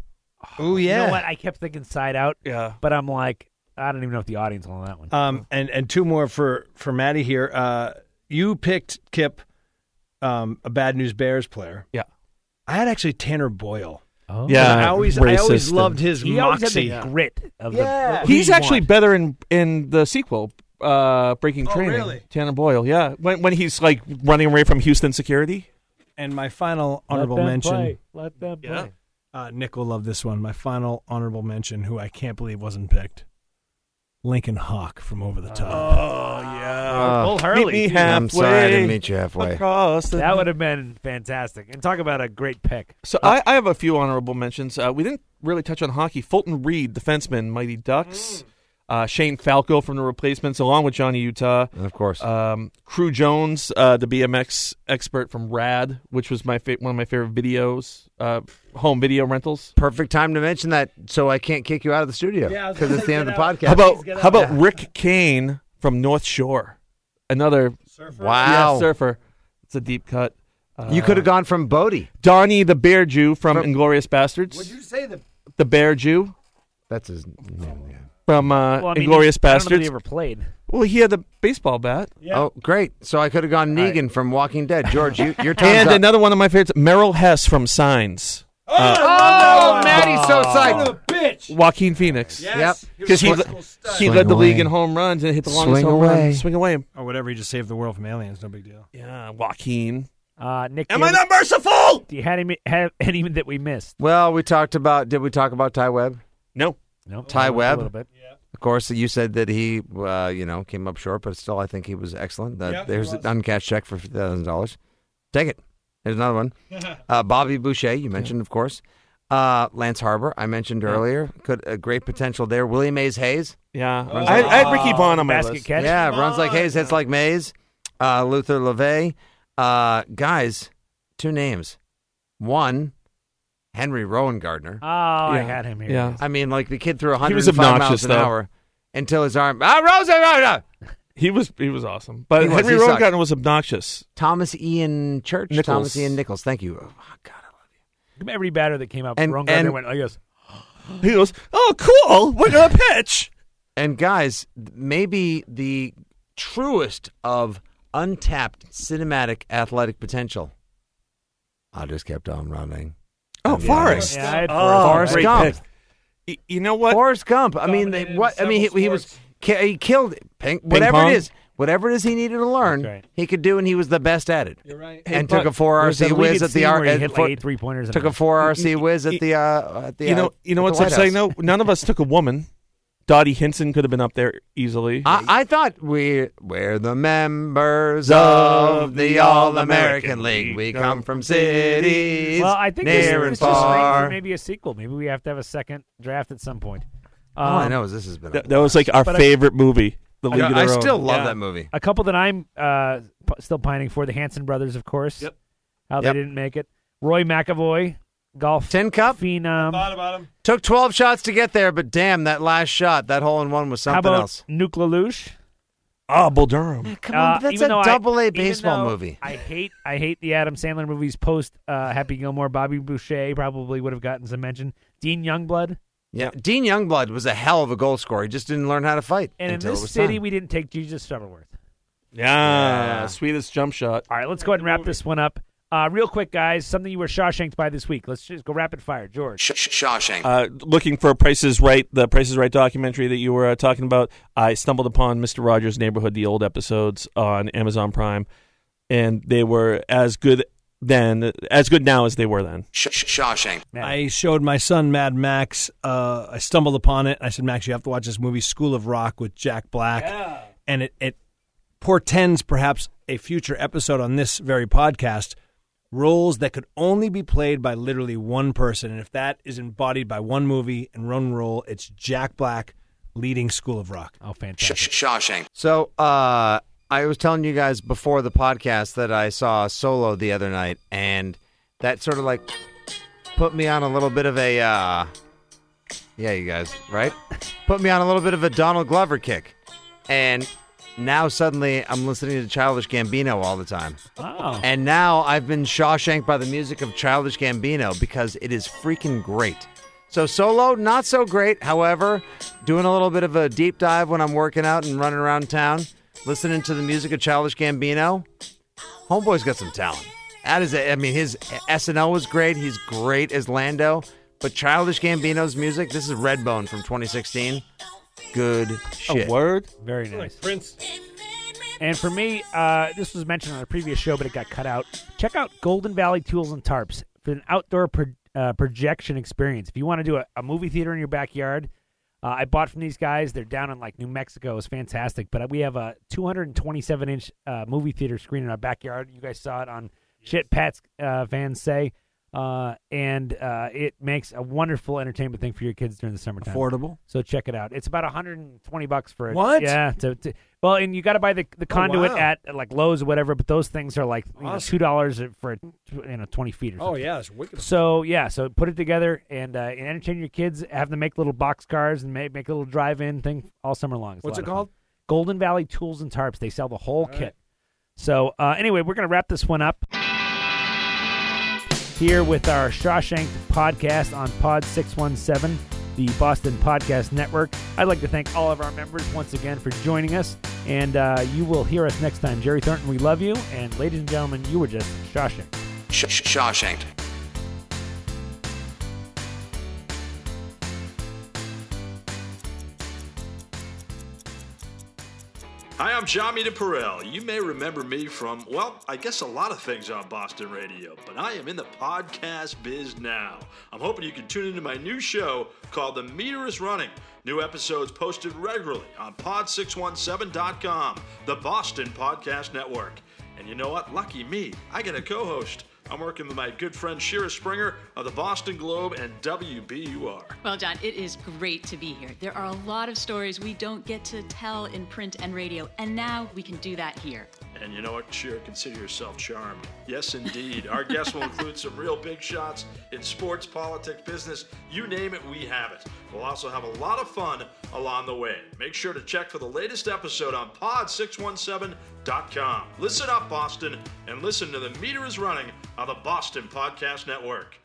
Speaker 11: Oh
Speaker 7: You
Speaker 11: yeah.
Speaker 7: know what? I kept thinking side out.
Speaker 10: Yeah.
Speaker 7: But I'm like, I don't even know if the audience will on that one.
Speaker 11: Um, and and two more for for Maddie here. Uh, you picked Kip, um, a Bad News Bears player.
Speaker 10: Yeah,
Speaker 11: I had actually Tanner Boyle.
Speaker 7: Oh.
Speaker 10: Yeah,
Speaker 11: I always I
Speaker 10: racist
Speaker 11: always
Speaker 10: and-
Speaker 11: loved his
Speaker 7: He always had
Speaker 11: moxie.
Speaker 7: the grit of the-
Speaker 11: Yeah.
Speaker 7: the.
Speaker 10: He's
Speaker 7: lead
Speaker 10: actually
Speaker 7: one.
Speaker 10: better in in the sequel, uh, Breaking
Speaker 11: Oh,
Speaker 10: Training.
Speaker 11: really?
Speaker 10: Tanner Boyle. Yeah, when when he's like running away from Houston security.
Speaker 11: And my final
Speaker 7: Let
Speaker 11: honorable
Speaker 7: them
Speaker 11: mention.
Speaker 7: play. Let them play.
Speaker 11: Uh, Nick will love this one. My final honorable mention, who I can't believe wasn't picked, Lincoln Hawk from Over the Top.
Speaker 10: Oh yeah,
Speaker 7: Uh, Bull Hurley.
Speaker 10: Meet me halfway.
Speaker 8: I'm sorry I didn't meet you halfway.
Speaker 10: Across the-
Speaker 7: That would have been fantastic. And talk about a great pick.
Speaker 10: So I, I have a few honorable mentions. Uh, we didn't really touch on hockey. Fulton Reed, defenseman, Mighty Ducks. Uh, Shane Falco from the replacements, along with Johnny Utah.
Speaker 8: Of course.
Speaker 10: Um, Crew Jones, uh, the BMX expert from Rad, which was my fa- one of my favorite videos, uh, home video rentals.
Speaker 8: Perfect time to mention that so I can't kick you out of the studio
Speaker 10: Yeah, I was
Speaker 8: because
Speaker 10: gonna
Speaker 8: it's
Speaker 10: say
Speaker 8: the end of
Speaker 10: get
Speaker 8: the
Speaker 10: out.
Speaker 8: podcast.
Speaker 10: How about how about Rick Kane from North Shore? Another surfer.
Speaker 8: Wow.
Speaker 10: surfer. It's a deep cut.
Speaker 8: You could have gone from Bodie.
Speaker 10: Donnie the Bear Jew from,
Speaker 8: From-
Speaker 10: Inglorious Bastards.
Speaker 8: Would you say the-
Speaker 10: the Bear Jew
Speaker 8: That's his
Speaker 10: from uh,
Speaker 8: Well, I mean,
Speaker 10: Inglorious
Speaker 8: I don't know that
Speaker 10: Bastards?
Speaker 8: he ever played.
Speaker 10: Well, he had the baseball bat.
Speaker 8: Oh, great! So I could have gone Negan from Walking Dead. George, you, your time's
Speaker 10: and
Speaker 8: up.
Speaker 10: another one of my favorites, Merrill Hess from Signs. Oh,
Speaker 8: oh, Maddie's so psyched.
Speaker 10: Joaquin Phoenix.
Speaker 8: Yes. Yep.
Speaker 10: Because he,
Speaker 8: Swing-
Speaker 10: le- he
Speaker 8: Swing
Speaker 10: led the league
Speaker 8: away.
Speaker 10: in home runs and hit the longest
Speaker 8: Swing
Speaker 10: home
Speaker 8: away.
Speaker 10: run. Swing away.
Speaker 11: Or whatever, he just saved the world from aliens. No big deal.
Speaker 10: Yeah, Joaquin.
Speaker 7: Uh, Nick,
Speaker 10: Am
Speaker 7: do you
Speaker 10: I not merciful?
Speaker 7: Do you had any, have any that we missed?
Speaker 8: Well, we talked about. Did we talk about Ty Webb?
Speaker 10: No.
Speaker 7: No.
Speaker 8: Ty
Speaker 7: a
Speaker 8: Webb.
Speaker 7: little bit.
Speaker 8: Of course, you said that he, uh, you know, came up short, but still, I think he was excellent. Uh,
Speaker 7: Yeah, he
Speaker 8: there's an
Speaker 7: was.
Speaker 8: uncashed check for fifty thousand dollars. Take it. There's another one. Uh, Bobby Boucher, you mentioned, of course. Uh, Lance Harbor, I mentioned earlier. Could a great potential there. William Hayes Hayes.
Speaker 10: Yeah,
Speaker 8: Runs
Speaker 10: I-
Speaker 8: like-
Speaker 10: I had Ricky Vaughn on my
Speaker 8: Basket
Speaker 10: list.
Speaker 8: catch. Yeah, runs like Hayes, hits like Mays. Uh, Luther LeVay. Uh, guys, two names. One, Henry Rowan Gardner.
Speaker 7: Oh, I had him here.
Speaker 8: I mean, like the kid threw 105
Speaker 10: He was
Speaker 8: miles
Speaker 10: obnoxious,
Speaker 8: an
Speaker 10: though.
Speaker 8: hour until his arm. Ah, Rosa, Rosa!
Speaker 10: He was he was awesome. But
Speaker 8: He was,
Speaker 10: Henry
Speaker 8: he sucked.
Speaker 10: Rogan was obnoxious.
Speaker 8: Thomas Ian Church.
Speaker 10: Nichols.
Speaker 8: Thomas Ian Nichols. Thank you.
Speaker 7: Every batter that came up
Speaker 8: And-
Speaker 7: wrong guy, they
Speaker 8: and-
Speaker 7: went, I guess.
Speaker 10: He goes, oh, cool. We're going to pitch.
Speaker 8: And guys, maybe the truest of untapped cinematic athletic potential. I just kept on running.
Speaker 10: Oh,
Speaker 8: Yeah.
Speaker 10: Forrest.
Speaker 8: Yeah, I had
Speaker 10: Oh,
Speaker 8: Forrest
Speaker 10: great
Speaker 8: Gump.
Speaker 10: pick. Y- you know what?
Speaker 8: Forrest Gump. I mean, they, what? I mean, he, he was ki- he killed it. Ping, whatever
Speaker 10: pong?
Speaker 8: it is, whatever it is he needed to learn, he could do, and he was the best at it. You're right. And
Speaker 10: Hey,
Speaker 8: took a
Speaker 10: but
Speaker 8: four
Speaker 10: there's
Speaker 8: RC
Speaker 10: that
Speaker 8: whiz
Speaker 10: leaked
Speaker 8: at the
Speaker 10: scene
Speaker 8: R.
Speaker 10: where he
Speaker 8: at-
Speaker 10: hit,
Speaker 8: for-
Speaker 10: like, eight three-pointers in
Speaker 8: Took
Speaker 10: a
Speaker 8: a four
Speaker 10: row.
Speaker 8: RC whiz at the uh, at the.
Speaker 10: you
Speaker 8: uh,
Speaker 10: know, you know
Speaker 8: at the
Speaker 10: what's
Speaker 8: White
Speaker 10: upsetting
Speaker 8: House.
Speaker 10: though? None of us took a woman. Dottie Hinson could have been up there easily.
Speaker 8: I, I thought we we're the members of the All American League. We come from cities
Speaker 7: Well, I think this,
Speaker 8: near and
Speaker 7: this just screams for
Speaker 8: far.
Speaker 7: maybe a sequel. Maybe we have to have a second draft at some point.
Speaker 8: All Oh, I
Speaker 7: Um,
Speaker 8: know is this has been. a
Speaker 10: that, that was like our
Speaker 7: But I-
Speaker 10: favorite movie. The
Speaker 8: I
Speaker 10: League
Speaker 8: know,
Speaker 10: of Their
Speaker 8: I still
Speaker 10: Own.
Speaker 8: love that movie.
Speaker 7: A couple that I'm uh, p- still pining for: the Hanson brothers, of course. Yep. How
Speaker 8: Yep.
Speaker 7: they didn't make it. Roy McAvoy, golf
Speaker 8: ten cup
Speaker 7: phenom.
Speaker 8: Took 12 shots to get there, but damn, that last shot, that hole in one was
Speaker 7: How
Speaker 8: something
Speaker 7: about
Speaker 8: else.
Speaker 7: Nuke LaLooche?
Speaker 10: Oh, Bull Durham.
Speaker 8: Come on,
Speaker 7: Uh,
Speaker 8: that's
Speaker 7: even
Speaker 8: a
Speaker 7: though I-
Speaker 8: double A
Speaker 7: even
Speaker 8: baseball
Speaker 7: though
Speaker 8: movie.
Speaker 7: I hate I hate the Adam Sandler movies post uh, Happy Gilmore. Bobby Boucher probably would have gotten some mention. Dean Youngblood.
Speaker 8: Yeah, Dean Youngblood was a hell of a goal scorer. He just didn't learn how to fight
Speaker 7: And in
Speaker 8: until it
Speaker 7: this
Speaker 8: was
Speaker 7: city,
Speaker 8: time.
Speaker 7: we didn't take Jesus Shuttleworth.
Speaker 10: Yeah,
Speaker 8: Yeah.
Speaker 10: sweetest jump shot.
Speaker 7: All right, let's go ahead and wrap this one up. Uh, real quick, guys, something you were Shawshanked by this week. Let's just go rapid fire, George.
Speaker 8: Shawshank.
Speaker 10: Uh, looking for Prices Right, the Prices Right documentary that you were uh, talking about. I stumbled upon Mister Rogers' Neighborhood, the old episodes on Amazon Prime, and they were as good then, as good now as they were then.
Speaker 8: Shawshank.
Speaker 11: I showed my son Mad Max. Uh, I stumbled upon it. I said, Max, you have to watch this movie, School of Rock, with Jack Black, and it, it portends perhaps a future episode on this very podcast. Roles that could only be played by literally one person, and if that is embodied by one movie and one role, it's Jack Black leading School of Rock.
Speaker 7: Oh, fantastic!
Speaker 8: Shawshank. So, uh, I was telling you guys before the podcast that I saw Solo the other night, and that sort of like put me on a little bit of a, uh, yeah, you guys, right? Put me on a little bit of a Donald Glover kick, and now suddenly I'm listening to Childish Gambino all the time.
Speaker 7: Wow.
Speaker 8: And now I've been Shawshank by the music of Childish Gambino because it is freaking great. So solo, not so great. However, doing a little bit of a deep dive when I'm working out and running around town, listening to the music of Childish Gambino. Homeboy's got some talent. That is, a, I mean, his SNL was great. He's great as Lando. But Childish Gambino's music, this is Redbone from 2016. Good shit.
Speaker 10: word?
Speaker 7: Very nice. Prince. And for me, uh, this was mentioned on a previous show, but it got cut out. Check out Golden Valley Tools and Tarps for an outdoor pro- uh, projection experience. If you want to do a, a movie theater in your backyard, uh, I bought from these guys. They're down in like New Mexico. It's fantastic. But we have a 227 inch uh, movie theater screen in our backyard. You guys saw it on Shit Pat's uh, Van Say. Uh, and uh, it makes a wonderful entertainment thing for your kids during the summertime.
Speaker 20: Affordable?
Speaker 7: So check it out. It's about 120 bucks for it.
Speaker 20: What?
Speaker 7: Yeah. To, to, well, and you got to buy the, the
Speaker 20: Oh,
Speaker 7: conduit
Speaker 20: wow.
Speaker 7: at, at like Lowe's or whatever. But those things are like you know,
Speaker 20: Awesome.
Speaker 7: two dollars for a tw- you know 20 feet or
Speaker 20: Oh,
Speaker 7: something.
Speaker 20: yeah, it's wicked.
Speaker 7: So yeah, so put it together and, uh, and entertain your kids. Have them make little box cars and make, make a little drive-in thing all summer long. It's a
Speaker 20: What's
Speaker 7: lot
Speaker 20: it
Speaker 7: of fun.
Speaker 20: called?
Speaker 7: Golden Valley Tools and Tarps. They sell the whole
Speaker 20: right.
Speaker 7: kit. So uh, anyway, we're gonna wrap this one up here with our Shawshank podcast on Pod 617, the Boston Podcast Network. I'd like to thank all of our members once again for joining us, and uh, you will hear us next time. Jerry Thornton, we love you, and ladies and gentlemen, you were just Shawshank.
Speaker 8: Sh- sh- Shawshanked.
Speaker 11: Hi, I'm Jami DePerel. You may remember me from, well, I guess a lot of things on Boston Radio, but I am in the podcast biz now. I'm hoping you can tune into my new show called The Meter is Running. New episodes posted regularly on pod617.com, the Boston Podcast Network. And you know what? Lucky me, I get a co host. I'm working with my good friend Shira Springer of the Boston Globe and WBUR.
Speaker 21: Well, John, it is great to be here. There are a lot of stories we don't get to tell in print and radio, and now we can do that here.
Speaker 11: And you know what, Sheer? Consider yourself charmed. Yes, indeed. Our guests will include some real big shots in sports, politics, business, you name it, we have it. We'll also have a lot of fun along the way. Make sure to check for the latest episode on pod617.com. Listen up, Boston, and listen to The Meter is Running on the Boston Podcast Network.